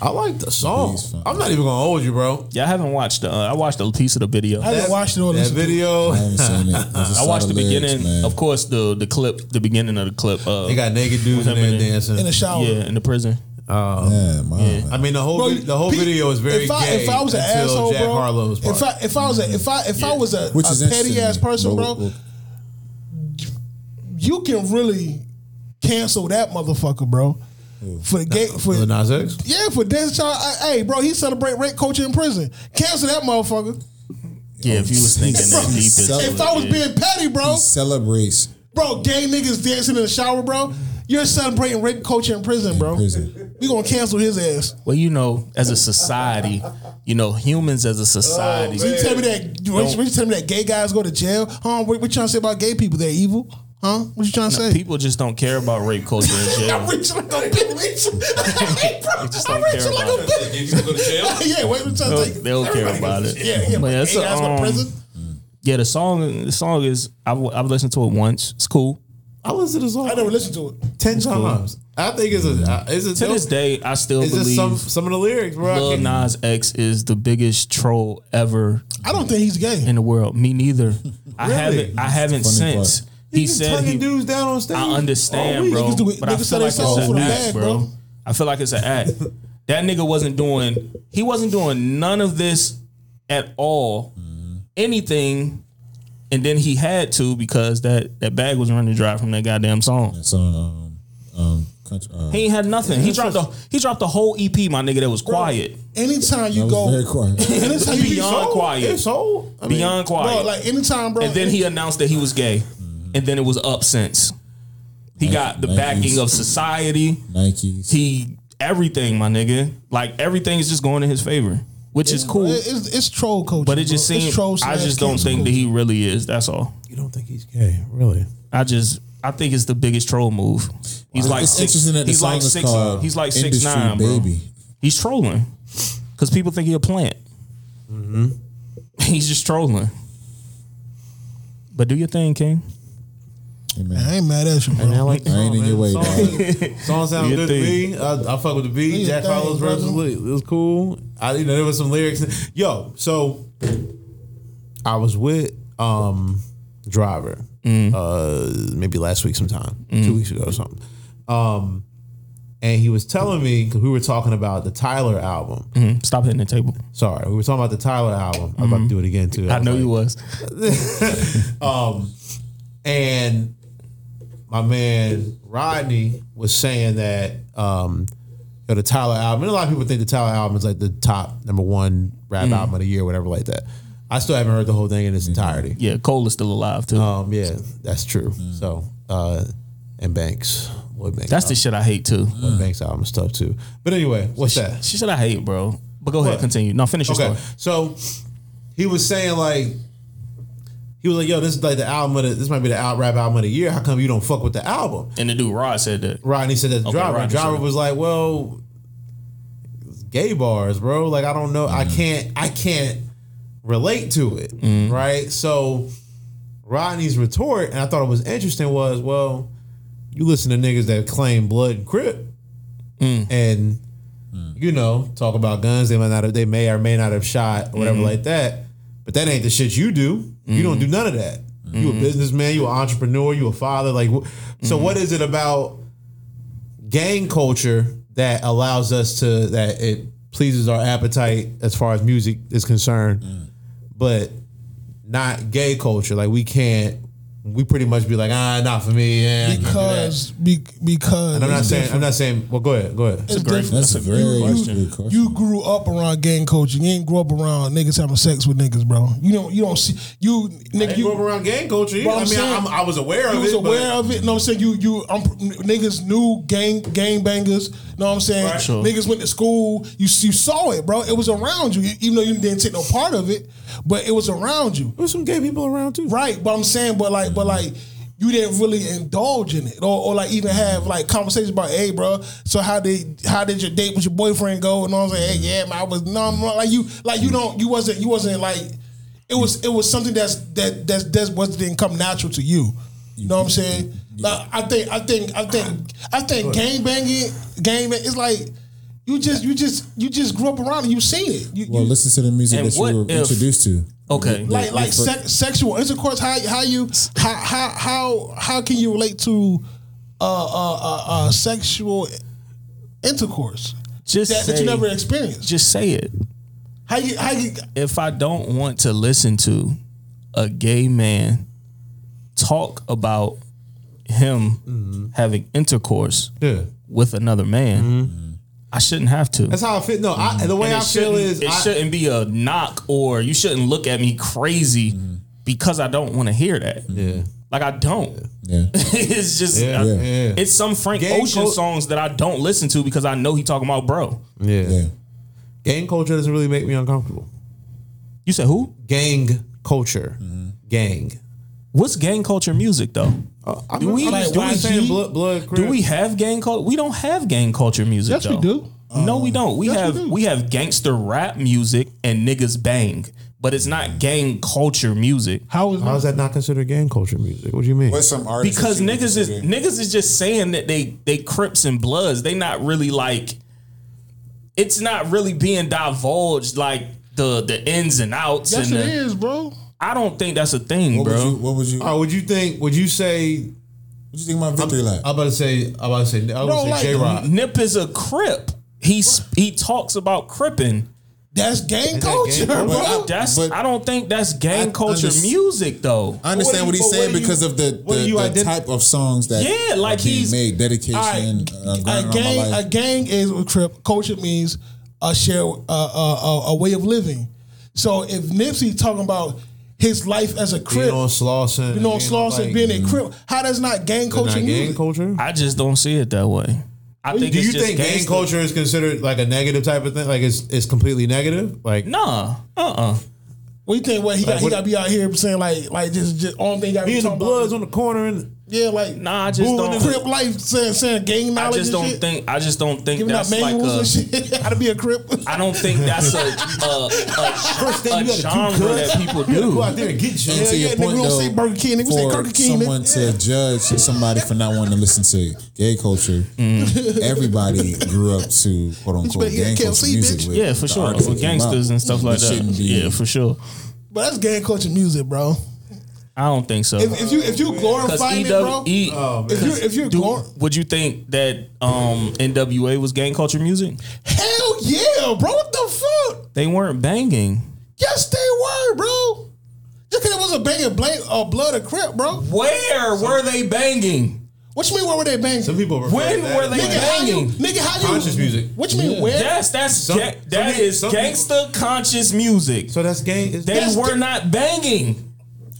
I like the song.
He's fine.
I'm not even gonna hold you, bro.
Yeah, I haven't watched the. Uh, I watched a piece of the video.
I didn't watch it all
That
this.
video,
I haven't seen it. I
I watched the beginning, of course, the the clip, the beginning of the clip. Uh,
they got naked dudes in there dancing.
in the shower.
yeah, in the prison.
Yeah, my
I mean, the whole
Bro,
vi- the whole
pe-
video is very
if I,
gay
if I was an
until
asshole,
Jack
bro,
Harlow's part.
if I if I was a, if I if I was a,
Which is
a petty
interesting,
ass person,
but
bro,
we'll-
you can really cancel that motherfucker, bro. For gay, for
Lil Nas X?
yeah, for Destiny's Child. I- Hey, bro, he celebrate rape culture in prison. Cancel that motherfucker.
Yeah, if you was thinking that deep
Bro,
into
If I was being petty, bro,
celebrates
bro, gay niggas dancing in the shower, bro. You're celebrating rape culture in prison, bro.
prison.
We gonna cancel his ass.
Well, you know, as a society, you know, humans as a society.
You tell me that you, what you- what you tell me that gay guys go to jail? Huh? What, what you trying to say about gay people? They're evil? Huh? What you trying to say?
People just don't care about rape culture in
I'm
jail.
reaching like a bitch. Hey, bro,
just
I'm
don't care
reaching like
about
a
it.
bitch.
You go to jail?
yeah, what you trying to say?
They don't care about it.
Yeah, yeah.
But
But
that's
gay
a,
guys go
um,
to prison.
Yeah, the song the song is I've I've listened to it once. It's cool.
I listened to this song
I never listened to it.
ten times. I think it's a uh, it's a
Mm. To this day, I still
It's just
believe
some some of the lyrics, bro. I
Lil
can't-
Nas X is the biggest troll ever
I don't think he's gay.
in the world. Me neither. I haven't I haven't
funny part.
since he
He's
said
turning
he
dudes down on stage.
I understand,
Oh, we
bro.
niggas do it-
but I
niggas
feel
sell
like
they
it's
soul for
an
the
act,
bag,
bro.
bro.
I feel like it's an act. that nigga wasn't doing. He wasn't doing none of this at all. Anything. And then he had to because that, that bag was running dry from that goddamn song.
It's on um um country. Uh,
He ain't had nothing. He dropped a he dropped a whole EP, my nigga. That was quiet,
Anytime
I
you
was very
go,
quiet.
anytime you
beyond
go,
quiet,
sold. I mean,
beyond quiet.
bro, like anytime, bro.
and then he announced that he was gay, and then it was up since. He got the
Nikes.
backing of society.
Nikes.
he everything, my nigga. Like everything is just going in his favor, which is cool.
It- it's, it's troll culture,
but it just
bro. It's
seems
troll
I
slash
just don't
cancel
think that he really is. That's all.
you don't think he's gay, really?
I just I think it's the biggest troll move. He's like
it's
six.
interesting that the
He's
song
like
is
six.
called
He's like
Industry
six nine, bro.
Baby.
He's trolling because people think he a plant.
Mm-hmm.
He's just trolling. But do your thing, King.
Hey, man.
I ain't mad at you, bro.
I like the
I ain't
song,
in your way,
man.
dog.
Song sounds
You
good to
think?
me. I, I fuck with the beat.
you
Jack
think,
Harlow's verse was
brother?
lit. It was cool. I you know there was some lyrics. Yo, so I was with um Driver
Mm.
uh maybe last week sometime, two weeks ago or something. Um and he was telling me because we were talking about the Tyler album.
Mm, Stop hitting the table.
Sorry, we were talking about the Tyler album. I'm about to do it again too.
Mm-hmm. I
was
know
like,
you was.
and my man Rodney was saying that um you know, the Tyler album, and a lot of people think the Tyler album is like the top number one rap album of the year, whatever like that. I still haven't heard the whole thing in its entirety.
Yeah, Cole is still alive too.
Um, yeah, that's true. So uh and Banks. Lloyd Banks.
That's the shit I hate too.
Lloyd Banks album is tough too. But anyway, what's that?
She said I hate, bro. But go ahead,
What?
continue. No, finish your
Okay.
story.
So he was saying like he was like, yo, this is like the album of the, this might be the out rap album of the year. How come you don't fuck with the album?
And the dude Rod said that.
Rodney said that the
Okay,
driver.
Rodney
driver
said it.
was like, well, it's gay bars, bro. Like I don't know.
Mm-hmm.
I can't I can't relate to it. Right? So Rodney's retort, and I thought it was interesting, was well, you listen to niggas that claim blood and crip and
Hmm.
you know, talk about guns. They might not have, they may or may not have shot or whatever like that. But that ain't the shit you do. You don't do none of that. You a businessman, you an entrepreneur, you a father. Like wh- so what is it about gang culture that allows us to that it pleases our appetite as far as music is concerned,
Mm.
but not gay culture. Like we can't we pretty much be like, ah, not for me. Yeah, I can't do that.
because be, because
and I'm not
it's
saying I'm
different.
not saying well go ahead, go ahead.
It's different.
That's a very good question.
You grew up around gang culture. You ain't grew up around niggas having sex with niggas, bro. You don't. You don't see. You nigga.
You
You
grew up around gang culture. either.
But I'm
I mean,
saying-
I'm, I was aware
You
of
was
it.
aware
but
of it. No, I'm saying you you um, niggas knew gang gang bangers. Know what I'm saying?
Right.
Sure.
Niggas went to school. You s- you saw it, bro. It was around you, even though you didn't take no part of it. But it was around you,
There's some gay people around too.
right? But I'm saying, but like, but like. You didn't really indulge in it, or, or like even have like conversations about, hey, bro. So how did how did your date with your boyfriend go? And I was like, hey, yeah, man, I was no, no, like you, like you don't, you wasn't, you wasn't like, it was, it was something that's that that's that was didn't come natural to you. You know what I'm saying? Like, I think, I think, I think, I think gang banging, gang, bang, it's like you just, you just, you just grew up around it. You seen it. You,
Well,
you-
listen to the music
And
that you
what
were
if-
introduced to.
Okay.
like like
for-
sex, sexual intercourse. How how you how how how, how can you relate to uh, uh, uh, uh, sexual intercourse
Just
that,
say,
that you never experienced.
just say it.
How you how you
If I don't want to listen to a gay man talk about him
Mm-hmm.
having intercourse
Yeah.
with another man, I shouldn't have to.
Mm-hmm. That's how I feel. No, I, the way
And
I
it
feel
shouldn't-
is
it
I,
shouldn't be a knock or you shouldn't look at me crazy because I don't want to hear that.
Mm-hmm. yeah.
Like I don't.
Yeah.
it's just
Yeah,
I-
yeah, yeah.
it's some Frank
Gang
Ocean
cul-
songs that I don't listen to because I know he talking about bro.
yeah,
Yeah.
Gang culture doesn't really make me uncomfortable.
You said who?
Gang culture, gang.
What's gang culture music though?
I'm,
Do we-
I'm
like,
do we
YG?
saying blood, blood
Do
Crips?
we have gang culture? We don't have gang culture music.
Yes, we
though.
do. Um,
No, we don't. We have
we
we,
do.
have gangster rap music and niggas bang, but it's not gang culture music.
how is
How is that not considered gang culture music? What do you mean?
What's some artists?
because
that you
niggas is
consider-
niggas is just saying that they they crips and bloods. They not really like. It's not really being divulged like the the ins and outs
Yes,
and
it
the,
is, bro.
I don't think that's a thing,
What
bro.
would you? What would you?
All right, would you think? Would you say?
What you think about victory lap?
I'm about to say. I'm about to say. I'm
Bro,
about to
like,
say J Rock.
Nip is a crip. He's he talks about cripping.
That's gang
that gang
culture,
culture?
bro.
But I-
That's
but-
I don't think that's gang
I
culture
unders-
music though.
I understand what,
What do you-
he's
but what
saying
do you-
because of the,
what do you
the, the
ident-
type of songs that
Yeah, like
are being
he's-
made dedication.
Alright,
uh,
a
grinding on my
gang,
life.
a gang is a crip. Culture means a share, uh, uh, uh, a way of living. So if Nipsey talking about his life as a crip,
Being on Slauson.
you know,
being
Slauson
like-
being a crip, how that's not gang
Not
culture?
gang
music?
culture.
I just don't see it that way. I think
Do
it's
you
just
think gang
gangster-
culture is considered like a negative type of thing? Like it's it's completely negative? Like
Nah, uh, uh
What you think? What he got? He
what-
got to be out here saying like, like just, just all thing. Got
being the
talking
bloods
about,
on the corner and
yeah, like
Nah, I just
booing
don't-
the crip life, saying saying gang
I
knowledge.
just
and
don't
shit,
think. I just don't think
giving out
that's like
manuals
a.
and shit. how to be a crip.
I don't think that's a a,
thing
a, a
you gotta do,
genre
cuz.
that people
go out
do.
there and get you.
And to
yeah,
your
nigga,
point,
we don't
though,
say Burger King, nigga, we say
for
Burger King, nigga.
Someone to judge somebody for not wanting to listen to gay culture. Mm-hmm. Everybody grew up to quote unquote
better get
gang
KFC,
culture music.
bitch.
With
Yeah, for
the
sure.
artists
With
that came out.
gangsters and stuff like
It shouldn't
that.
be-
Yeah, for sure.
but that's gang culture music, bro.
I don't think so.
If, if you if you
Because
glorifying it, bro.
E,
Oh,
if you if you're glor-
would you think that um, NWA was gang culture music?
Hell yeah, bro. What the fuck?
They weren't banging.
Yes, they were, bro. Just because it was a banging blank, uh, blood or crip, bro.
Where were they banganging?
What you mean, where were they banging?
Some people refer
When
to that
were
as,
they
like,
nigga, how you,
banging.
nigga, how you?
Conscious music.
What you mean,
Yeah.
where?
Yes, that's
Some-
ga-
some
that
people-
is
some
gangster conscious music.
So that's gang is,
They
that-
were not banging.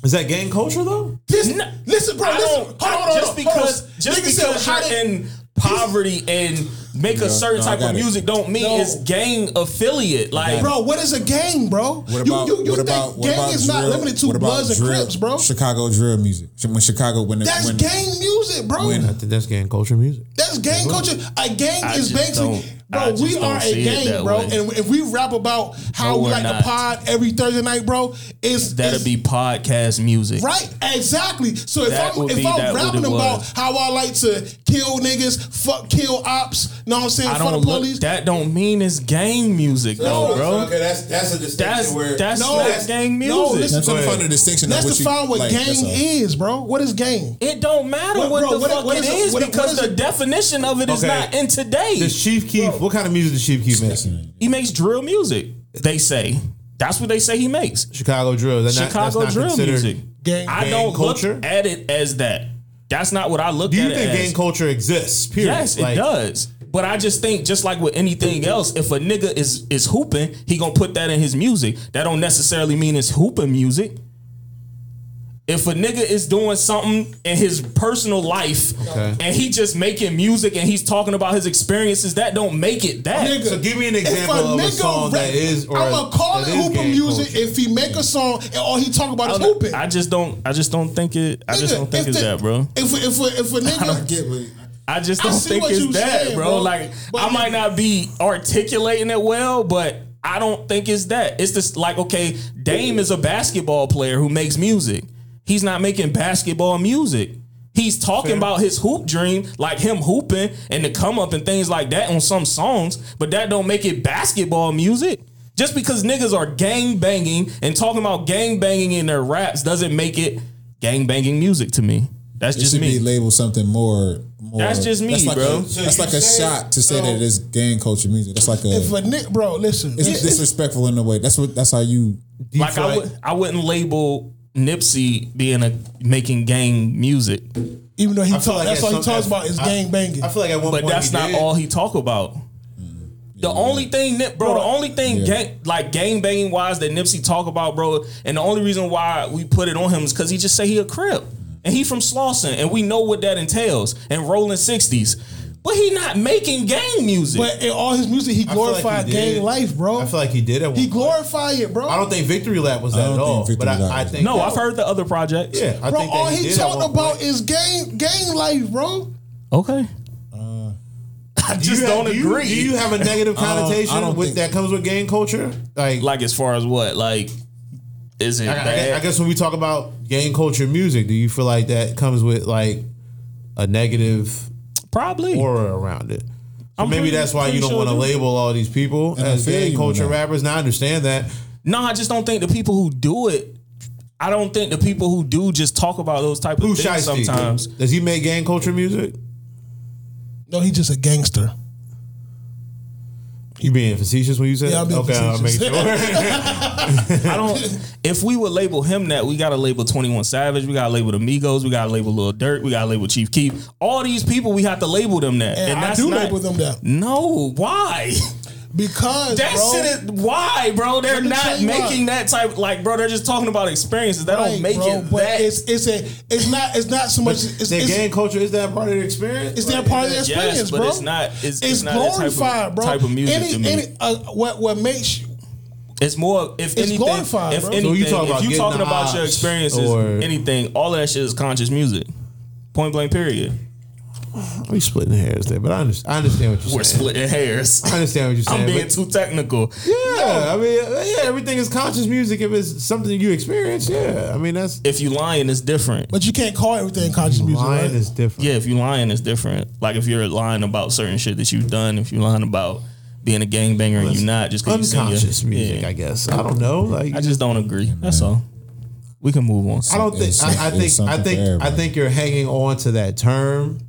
is that gang culture though?
This-
No.
listen, bro,
I
listen.
don't-
Hold on, hold on.
just
hold on.
because just
Nigga said,
because
how
you're
did-
in poverty and make a certain
no, I
type
got
of
it.
music don't mean
No.
it's gang affiliate. Like
Bro, what is a gang, bro?
What about
you, you, you
what
think
about what
gang
about
is not
drill-
limited to
what about
bloods and
drill-
crips, bro?
Chicago drill music. When Chicago when the-
That's
when,
gang music, bro.
I think that's gang culture music.
That's gang culture. A gang
I
is
just
basically,
don't- I
bro.
just
We
don't
are
see
a
it that
gang, bro.
way.
And if we rap about how
No,
we
we're
like
not.
the pod every Thursday night, bro, it's
that'd
it's-
be podcast music.
right. Exactly. So if
That
I'm
would
if
be- that
I'm
would
rapping
it
about
was.
how I like to kill niggas, fuck, kill ops. Know what I'm saying?
I
Fuck
don't
the police.
look, that don't mean it's gang music though, bro.
that's that's a distinction
That's that's
No,
not
that's-
gang
no,
music.
listen,
I'm trying to find the distinction.
Let's
of what
define
you,
what
like,
gang
that's all.
is, bro. What is gang?
It don't matter
What-
what,
bro,
the
what-
fuck
what
it
is it-
is
what- what
because
is
the
it?
definition of it is
Okay.
not in today.
Does Chief Keef? What kind of music does Chief Keef make?
he makes drill music. They say that's what they say he makes.
Chicago drill. Is That not-
Chicago
that's not
drill
considered-
music.
Gang-
I
gang
don't
culture?
look at it as that. That's not what I look
Do
at.
you
it
think
as.
gang culture exists? Period.
Yes, it
Like,
does. But I just think, just like with anything else, if a nigga is is hooping, he gonna put that in his music. That don't necessarily mean it's hooping music. If a nigga is doing something in his personal life
Okay.
and he just making music and he's talking about his experiences, that don't make it that.
Nigga,
So give me an example of a song that is. Or
I'ma call it
that is
hooping
gang
music
culture.
if he make a song and all he talk about
I
is
don't-
hooping.
I just don't. I just don't think it. I just
Nigga,
don't think
if
it's
the-
that, bro.
If if if a, if a nigga,
Get what-
I just
I
don't
see
think
what
it's
you
that,
saying,
bro.
bro.
Like
But
I
you-
might not be articulating it well, but I don't think it's that. It's just like okay, Dame is a basketball player who makes music. He's not making basketball music. He's talking about his hoop dream, like him hooping and the come up and things like that on some songs, but that don't make it basketball music. Just because niggas are gang banging and talking about gang banging in their raps doesn't make it gang banging music to me. That's
It
just
should
me.
be labeled something more. more
That's just me,
that's like
bro.
A,
So
that's
you
like a
say-
shot to say
so-
that it's gang culture music. That's like a.
If a ni- bro, listen,
it's
yeah,
disrespectful in a way. That's what. That's how you.
Like I
Detroit-
would, I wouldn't label Nipsey being a making gang music,
even though he
feel
talk,
like
that's
at
all he
some- at-
talks about is
I-
gang banging.
I feel like at one
but
point
that's
he
not
did.
all he talk about. The only thing, Nip, bro, the only thing, gang, like gang banging wise, that Nipsey talk about, bro, and the only reason why we put it on him is because he just say he a crip and he from Slauson, and we know what that entails and rolling sixties, but he not making gang music.
but in all his music, he
I feel like he
glorified gang
did.
life, bro.
I feel like he did at one.
he
point.
glorified it, bro.
I don't think Victory Lap was that
don't
at all,
think Victory
but
Lap
I, I
was
think
no,
that-
I've heard the other projects.
Yeah, I
bro,
think that
all he,
did at
talked
one
about
point.
is gang gang life, bro.
Okay. I
Do you
just
have-
don't
do you-
agree.
Do you have a negative connotation
I don't
with
think-
that comes with gang culture? Like,
like as far as what? Like, is it
I, I-
bad?
I guess when we talk about gang culture music, do you feel like that comes with like a negative
Probably.
aura around it? So
I'm
maybe
pretty-
that's why
pretty
you don't
sure
want to
it is.
label all these people
I
as
feel
gang
you on
culture
that.
rappers. Now I understand that.
no, I just don't think the people who do it. I don't think the people who do just talk about those type of
Who
things
Shiesty?
sometimes.
Does he make gang culture music?
No, he just a gangster.
You being facetious when you said
Yeah, I'm being
okay, I'll make
facetious.
sure.
I don't. If we would label him that, we got to label Twenty One Savage. We got to label the Migos. We got to label Lil Durk. We got to label Chief Keef. All these people, we have to label them that.
And,
And,
I
that's
do
not-
label them that
No, why?
because
That
bro,
shit is why, bro. They're
Let me tell
not
you
making
why.
that type. Like, bro, they're just talking about experiences. That
Right,
don't make
bro,
it
But
that.
it's it's a it's not it's not so much. It's,
that
it's,
gang culture is that part of the experience?
Is that part of the
yes,
experience,
but
bro?
it's not- it's- it's not that type of-
glorified, bro.
type of music
Any,
to me.
any uh, what what makes you
It's more if
It's
anything.
glorified,
if
bro.
anything,
So you talking about
if you
getting
talking
the
about your
ops
experiences,
or-
anything, all of that shit is conscious music. Point blank. Period.
We splitting hairs there, but I understand, I understand what you're
We're
saying.
splitting hairs.
I understand what you're saying.
I'm being
but-
too technical.
Yeah, I mean, yeah, everything is conscious music if it's something you experience. Yeah, I mean that's
If you lying, it's different.
but you can't call everything conscious music.
lying
Right?
is different.
Yeah, if you lying, it's different. Like if you're lying about certain shit that you've done, if you're lying about being a gangbanger and you're not, just 'cause you sing your-
unconscious music,
Yeah.
I guess. I don't know. Like
I just don't agree. That's all. We can move on.
I don't think.
It's-
I, I
it's
think. I
something for
think. I
everybody.
think you're hanging on to that term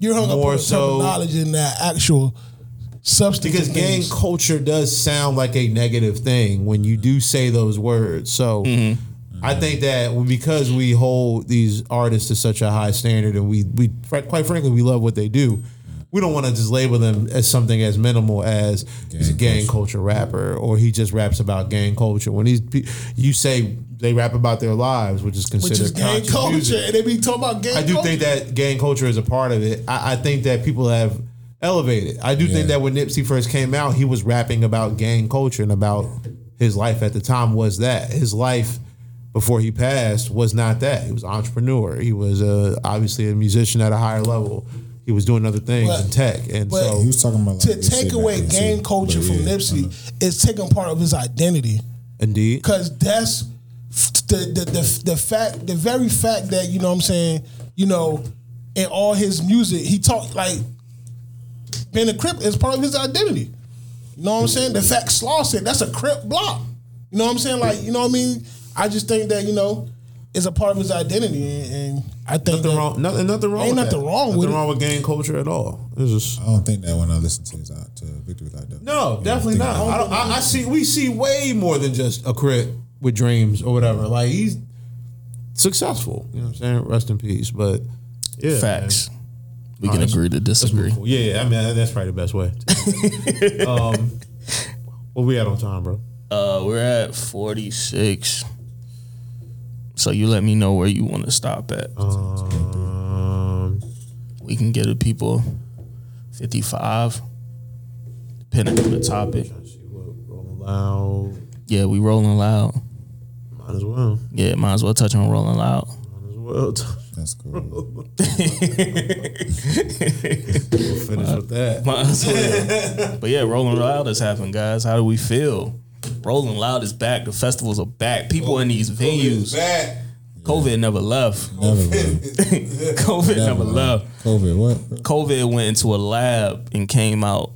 You're hung up
More
on
so-
so, knowledge in that actual substance.
because
of
gang
things.
culture does sound like a negative thing when you do say those words. So.
Mm-hmm.
I think that because we hold these artists to such a high standard, and we we fr- quite frankly we love what they do, we don't want to just label them as something as minimal as he's a gang culture rapper or he just raps about gang culture. When these pe- you say they rap about their lives, which is
which
considered
is gang
conscious
culture,
music.
and they be talking about gang.
I do
culture.
think that gang culture is a part of it. I, I think that people have elevated. I do think
Yeah.
that when Nipsey first came out, he was rapping about gang culture and about his life at the time was that. His life before he passed was not that. He was an entrepreneur. He was uh, obviously a musician at a higher level. He was doing other things
But-
in tech. And
but
so
oh, He was talking about like
to
this shit
take
back
away
then, too.
gang
But
culture from
yeah, I know.
Nipsey is taking part of his identity.
indeed.
Cause that's the, the the the fact, the very fact that you know what I'm saying, you know, in all his music, he talked like being a crip is part of his identity. You know what I'm saying? The fact Slaw said that's a crip block. You know what I'm saying? Like you know what I mean? I just think that you know, it's a part of his identity, and, and I think
Nothing
that-
wrong. Nothing, nothing wrong.
Ain't
with
nothing
that.
wrong with
Nothing
it.
wrong with gang culture at all. It's just
I don't think that when I listen to his uh, to Victory Lap. though.
No,
Yeah, I
definitely
think
not.
that-
I, don't, I, I see. We see way more than just a crit with dreams or whatever. Like he's successful. You know what I'm saying? Rest in peace. But yeah,
Facts. We can agree to disagree.
man. Yeah, yeah, I mean that's probably the best way. um, what we had on time, bro?
Uh, we're at 46. So you let me know where you want to stop at.
Um,
we can get the people 55, depending on the topic.
let's see what Rolling Loud.
Yeah, we rolling loud.
Might as well.
Yeah, might as well touch on rolling loud.
Might as well.
That's cool.
Finish with that.
Might as well. but yeah, rolling loud has happened, guys. How do we feel? Rolling loud is back. The festivals are back. People in these venues.
Back.
COVID never left.
Never bro.
COVID never left.
COVID. What? bro?
COVID went into a lab and came out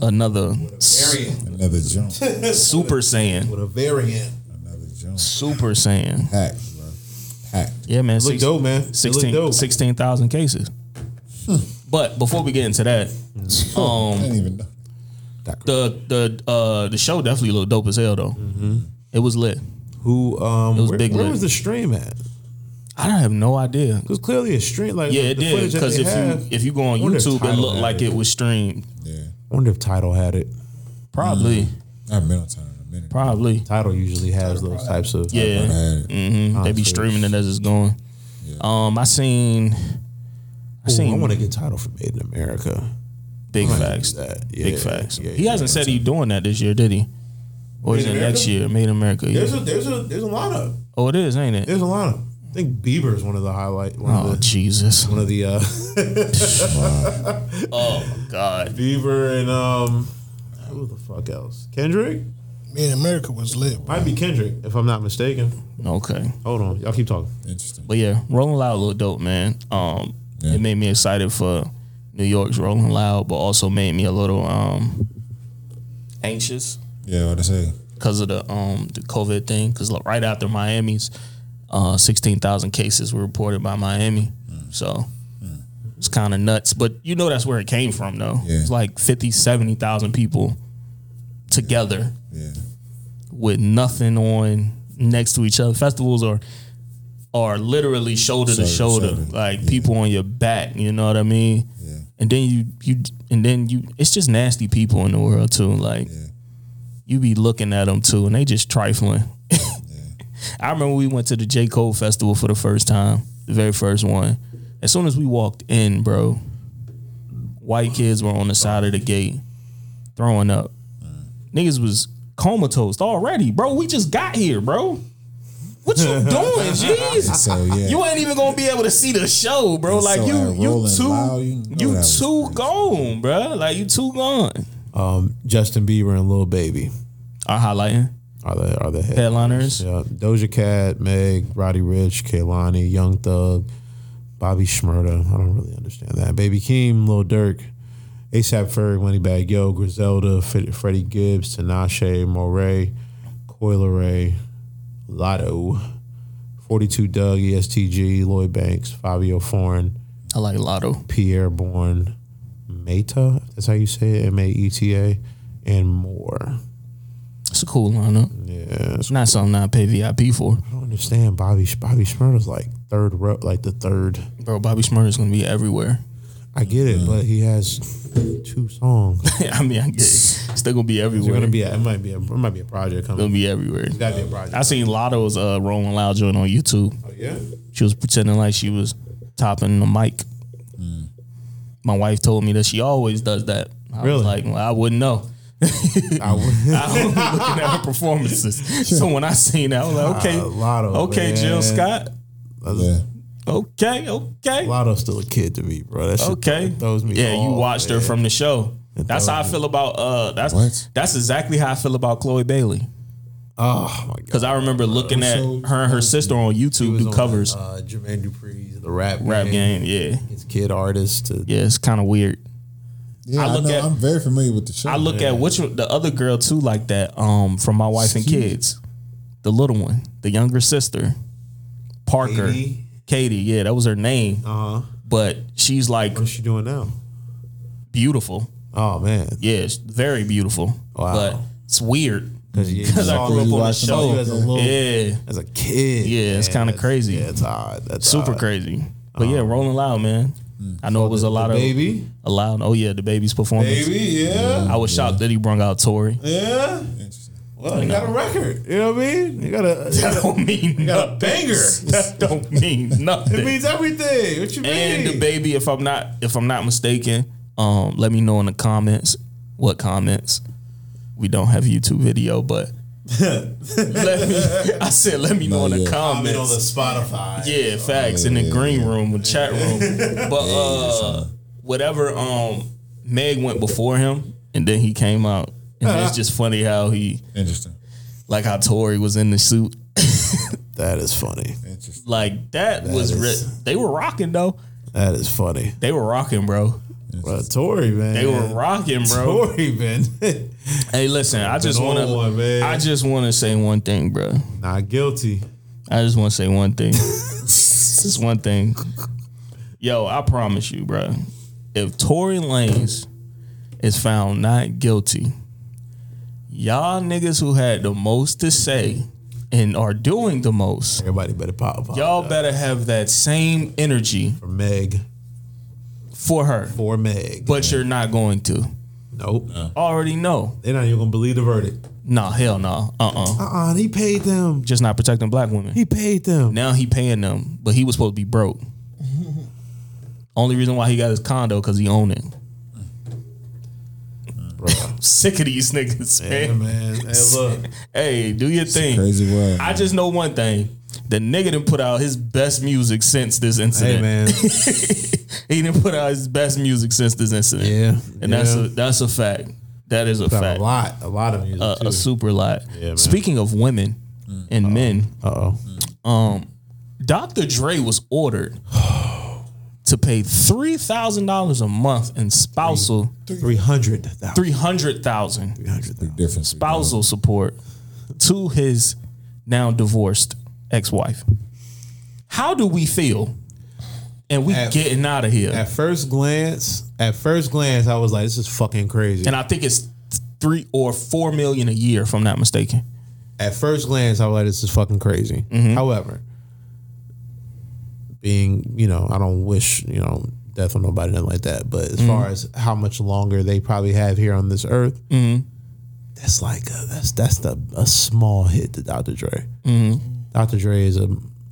another s-
Another jump.
Super Saiyan.
With a variant.
Another jump.
Super Saiyan.
Packed, bro. Act.
Yeah, man.
Look
six-
dope, man. It look
16
dope.
16,000 cases. But before we get into that,
I didn't even know.
the the uh the show definitely looked dope as hell though. It was lit.
Who um
It was
where,
big
where
lit.
was the stream at?
I don't have no idea.
It was clearly a stream like
Yeah,
the
it did
footage that
because
they
if you
have.
if you go on
I wonder if
YouTube, it
Tidal
looked
had
like it was streamed.
Yeah,
I wonder if Title had it.
Probably,
I haven't been on time in a minute.
probably.
Title usually has those types of
I
Yeah, mm,
had it.
they be
concerts.
streaming it as it's going.
Yeah.
Um, I seen, I
Ooh, I
seen
want to get Title for Made in America.
big facts.
that.
Big
Yeah,
facts.
yeah,
he
yeah,
hasn't said he doing that this year, did he? Or is
Made
it
in America?
next year? Made in America. Yeah.
There's a there's a there's a lineup.
oh, it is, ain't it?
There's a lot of. I think Bieber is one of the highlight. One
Oh
of the
Jesus!
one of the uh,
Oh God!
Bieber and um, who the fuck else? Kendrick
Man, America was lit. Bro.
might be Kendrick if I'm not mistaken.
Okay.
Hold on, y'all keep talking.
Interesting.
But yeah, Rolling Loud looked dope, man. Um,
Yeah.
it made me excited for New York's Rolling Loud, but also made me a little um anxious
Yeah, what I say.
because of the um the COVID thing. Because like, right after Miami's, uh, sixteen thousand cases were reported by Miami,
Mm.
so it's kind of nuts. But you know that's where it came from, though.
Yeah.
It's like 50, 70,000 people together
Yeah,
with nothing on next to each other. Festivals are are literally shoulder to
Shoulder
shoulder,
to shoulder,
like
yeah.
people on your back. You know what I mean?
Yeah.
And then you you and then you. It's just nasty people in the world too. Like
Yeah.
you be looking at them too, and they just trifling. I remember we went to the J Cole festival for the first time, the very first one. As soon as we walked in, bro, white kids were on the side of the gate throwing up. Niggas was comatose already, bro. We just got here, bro. What you doing, Jesus?
So, yeah.
You ain't even gonna be able to see the show, bro.
And
like
so at
you, you
Rolling
too,
Loud, you
you,
know that was
too
crazy.
gone, bro. Like you too gone.
Um, Justin Bieber and Lil Baby
Are highlighting
are the are the head.
headliners.
Yeah, Doja Cat, Meg, Roddy Rich, Kaylani, Young Thug, Bobby Shmurda. I don't really understand that. Baby Keem, Lil Durk, ASAP Ferg, Moneybag Yo, Griselda, F- Freddie Gibbs, Tinashe, Moray, Coileray, Lotto, 42 Doug, E ESTG, Lloyd Banks, Fabio Foreign,
I like Lotto.
Pierre Bourne, Meta, if that's how you say it, M A E T A, and more.
It's a cool lineup.
Yeah,
It's not something I pay VIP for,
I don't understand. Bobby Bobby Smyrna's like third row, like the third.
bro. Bobby Smyrna's gonna be everywhere.
I get it, but he has two songs.
I mean, I get it. still gonna be everywhere.
It's gonna be a, it might be a, it might be a project
gonna
coming.
be everywhere.
It's gotta be a project.
I seen Lotto's uh, Rolling Loud joint on YouTube.
Oh, yeah.
She was pretending like she was topping the mic.
Mm.
My wife told me that she always does that. I
Really?
was like, well, I wouldn't know.
I would-
I was looking at her performances. So when I seen that, I was like, okay,
Ah, Lotto,
okay, Jill
man.
Scott,
yeah.
okay, okay,
Lotto's still a kid to me, bro. That shit
okay.
throws me.
yeah, you
off,
watched her
man.
from the show. That's how I feel about uh. That's
What?
that's exactly how I feel about Chloe Bailey.
Oh my god.
Because I remember looking at
So-
her and her sister on YouTube do
on,
covers
Uh, Jermaine Dupri's the rap
rap game. Yeah,
His kid artist to
yeah, it's kind of weird.
Yeah,
I
I
look
know.
at-
I'm very familiar with the show.
I look at which one- the other girl too, like that. Um, from my wife and kids, the little one, the younger sister, Parker,
Katie?
Katie. yeah, that was her name.
Uh huh.
But she's like
What's she doing now?
beautiful.
Oh man.
Yeah, she's very beautiful.
Wow.
But it's weird
you-
because I
saw
grew
you
up on the
watching
show.
you as a little-
yeah,
as a kid.
Yeah, it's
man.
kinda crazy.
Yeah, it's odd. That's
super
odd.
crazy. But yeah, Rolling Loud, man. I know it was a lot
Mm. The
of
baby.
a loud. Oh yeah, the baby's performance.
yeah.
I was shocked that he brung out Tori.
Yeah.
Interesting.
Well, you got a record. You know what I mean? You got a.
That don't mean
got a
nothing.
banger.
That don't mean
It
nothing.
means everything. What you mean?
And the baby, if I'm not if I'm not mistaken, um, let me know in the comments what comments. We don't have YouTube video, but let me. I said, let me know
Not
in the
yet.
comments.
Comment on the Spotify.
Yeah, facts in the green room and chat room. But uh, whatever um Meg went before him and then he came out. And it's just funny how he
Interesting.
like how Tory was in the suit.
That is funny.
Interesting.
Like that, was
is-
ri- they were rocking though.
That is funny.
They were rocking, bro.
Bro, Tory, man.
They were rocking, bro.
Tory, man.
Hey, listen, I just
Been
want
on one,
to
man.
I just want to say one thing, bro.
Not guilty.
I just want to say one thing. this is one thing. Yo, I promise you, bro. If Tory Lanez is found not guilty, y'all niggas who had the most to say and are doing the most,
Everybody better pop up.
y'all better have that same energy
For Meg.
for her.
For Meg.
But you're not going to.
nope.
Already know.
They're not even going to believe the verdict.
Nah, hell no. Uh uh.
Uh uh He paid them.
Just not protecting black women.
He paid them.
Now he paying them, but he was supposed to be broke. Only reason why he got his condo because he owned it. I'm sick of these niggas,
Yeah,
man.
man. Hey, look.
Hey, do your thing.
Crazy world.
I just know one thing. The nigga didn't put out his best music since this incident.
Hey, man.
He didn't put out his best music since this incident.
Yeah,
And that's
yeah.
a that's a fact. That is a
Got
fact.
a lot. A lot of music.
A, a
too.
super lot.
man.
Speaking of women and men,
uh oh.
Dr. Dre was ordered to pay three thousand dollars a month in spousal
300.
three hundred thousand
Different spouse.
spousal support to his now divorced ex-wife. How do we feel? And we
At-
getting out of here.
At first glance, at first glance, I was like, this is fucking crazy.
and I think it's three or four million a year, if I'm not mistaken.
at first glance, I was like, this is fucking crazy. However, being, you know, I don't wish, you know, death on nobody, nothing like that. But as far as how much longer they probably have here on this earth, that's like, a, that's that's the a small hit to Dr. Dre. Dr. Dre is a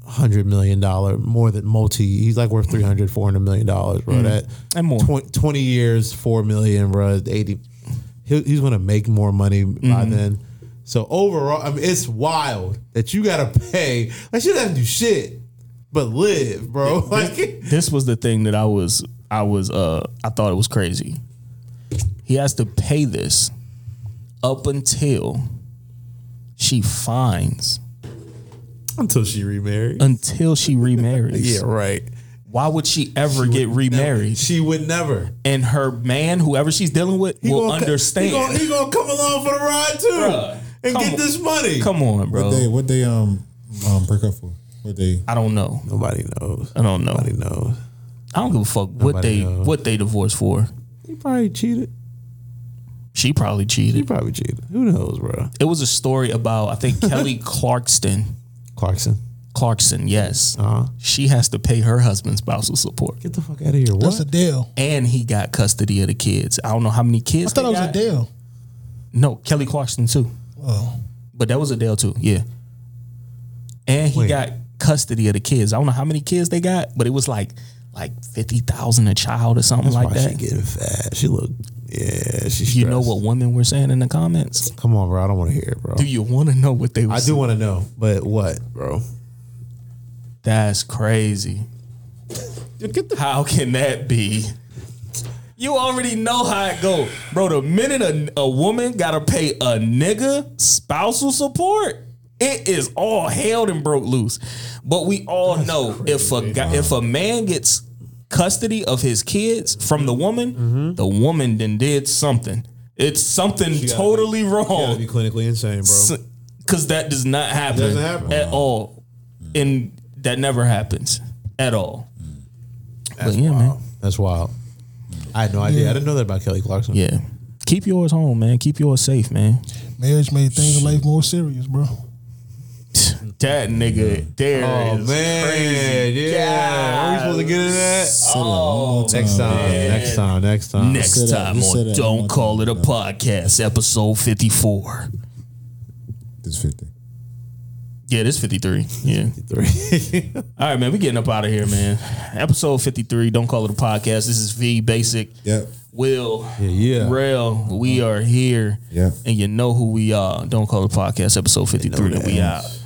hundred million dollar more than multi he's like worth 300 400 million dollars bro that
And more.
20, 20 years 4 million bro 80 he, he's gonna make more money by then so overall I mean, it's wild that you gotta pay like she doesn't do shit but live bro like
This was the thing that I was I was uh I thought it was crazy. He has to pay this up until she finds
until she remarries
until she remarries.
yeah right
Why would she ever get remarried?
she would never
And her man, whoever she's dealing with,
He
will
gonna-
understand.
he gonna, he gonna come along for the ride too
Bruh,
and
come
get
on.
this money
Come on, bro.
What they what they um um break up for? What they
I don't know.
nobody knows
I don't know.
nobody knows
I don't give a fuck what
Nobody
they
knows.
what they divorced for.
he probably cheated
She probably
he
cheated.
probably cheated who knows bro
It was a story about I think Kelly Clarkson.
Clarkson
Clarkson, yes.
Uh-huh.
She has to pay her husband spousal support.
get the fuck out of here what
That's a deal.
And he got custody of the kids. I don't know how many kids.
I thought
they
it was a
got.
deal.
No, Kelly Clarkson too.
Oh,
But that was Adele too, yeah. And he
Wait.
got custody of the kids. I don't know how many kids they got, but it was like like fifty thousand a child or something like
Why
that.
she getting fat? She look, yeah, she. Stressed.
you know what women were saying in the comments?
Come on, bro. I don't want to hear it, bro.
Do you want to know what they were
I do want to know, but what, bro?
That's crazy. how can that be? You already know how it go, bro. The minute a, a woman gotta pay a nigga spousal support, it is all hell and broke loose. But we all know if a guy, if a man gets custody of his kids from the woman,
Mm-hmm.
the woman then did something. It's something totally wrong
Gotta be clinically insane, bro.
because that does not happen,
doesn't happen.
at all, and that never happens at all. but yeah, man,
That's wild. I had no idea. I didn't know that about Kelly Clarkson.
yeah. Keep yours home, man. Keep yours safe, man.
marriage made things in life more serious, bro.
That nigga there
Oh
is
man,
crazy.
yeah. Are we supposed to get into that? next time, next time, next time.
Say
Next
that.
time
Just say
on
that.
Don't
I'm not
Call It a
talking
Podcast, episode 54.
this fifty.
Yeah, this 53. Yeah.
Three.
All right, man. we getting up out of here, man. Episode 53, Don't Call It a Podcast. This is V Basic.
Yep.
Will,
Yeah, yeah.
Rail, we are here.
Yeah.
And you know who we are. Don't call the podcast episode 53. And we out.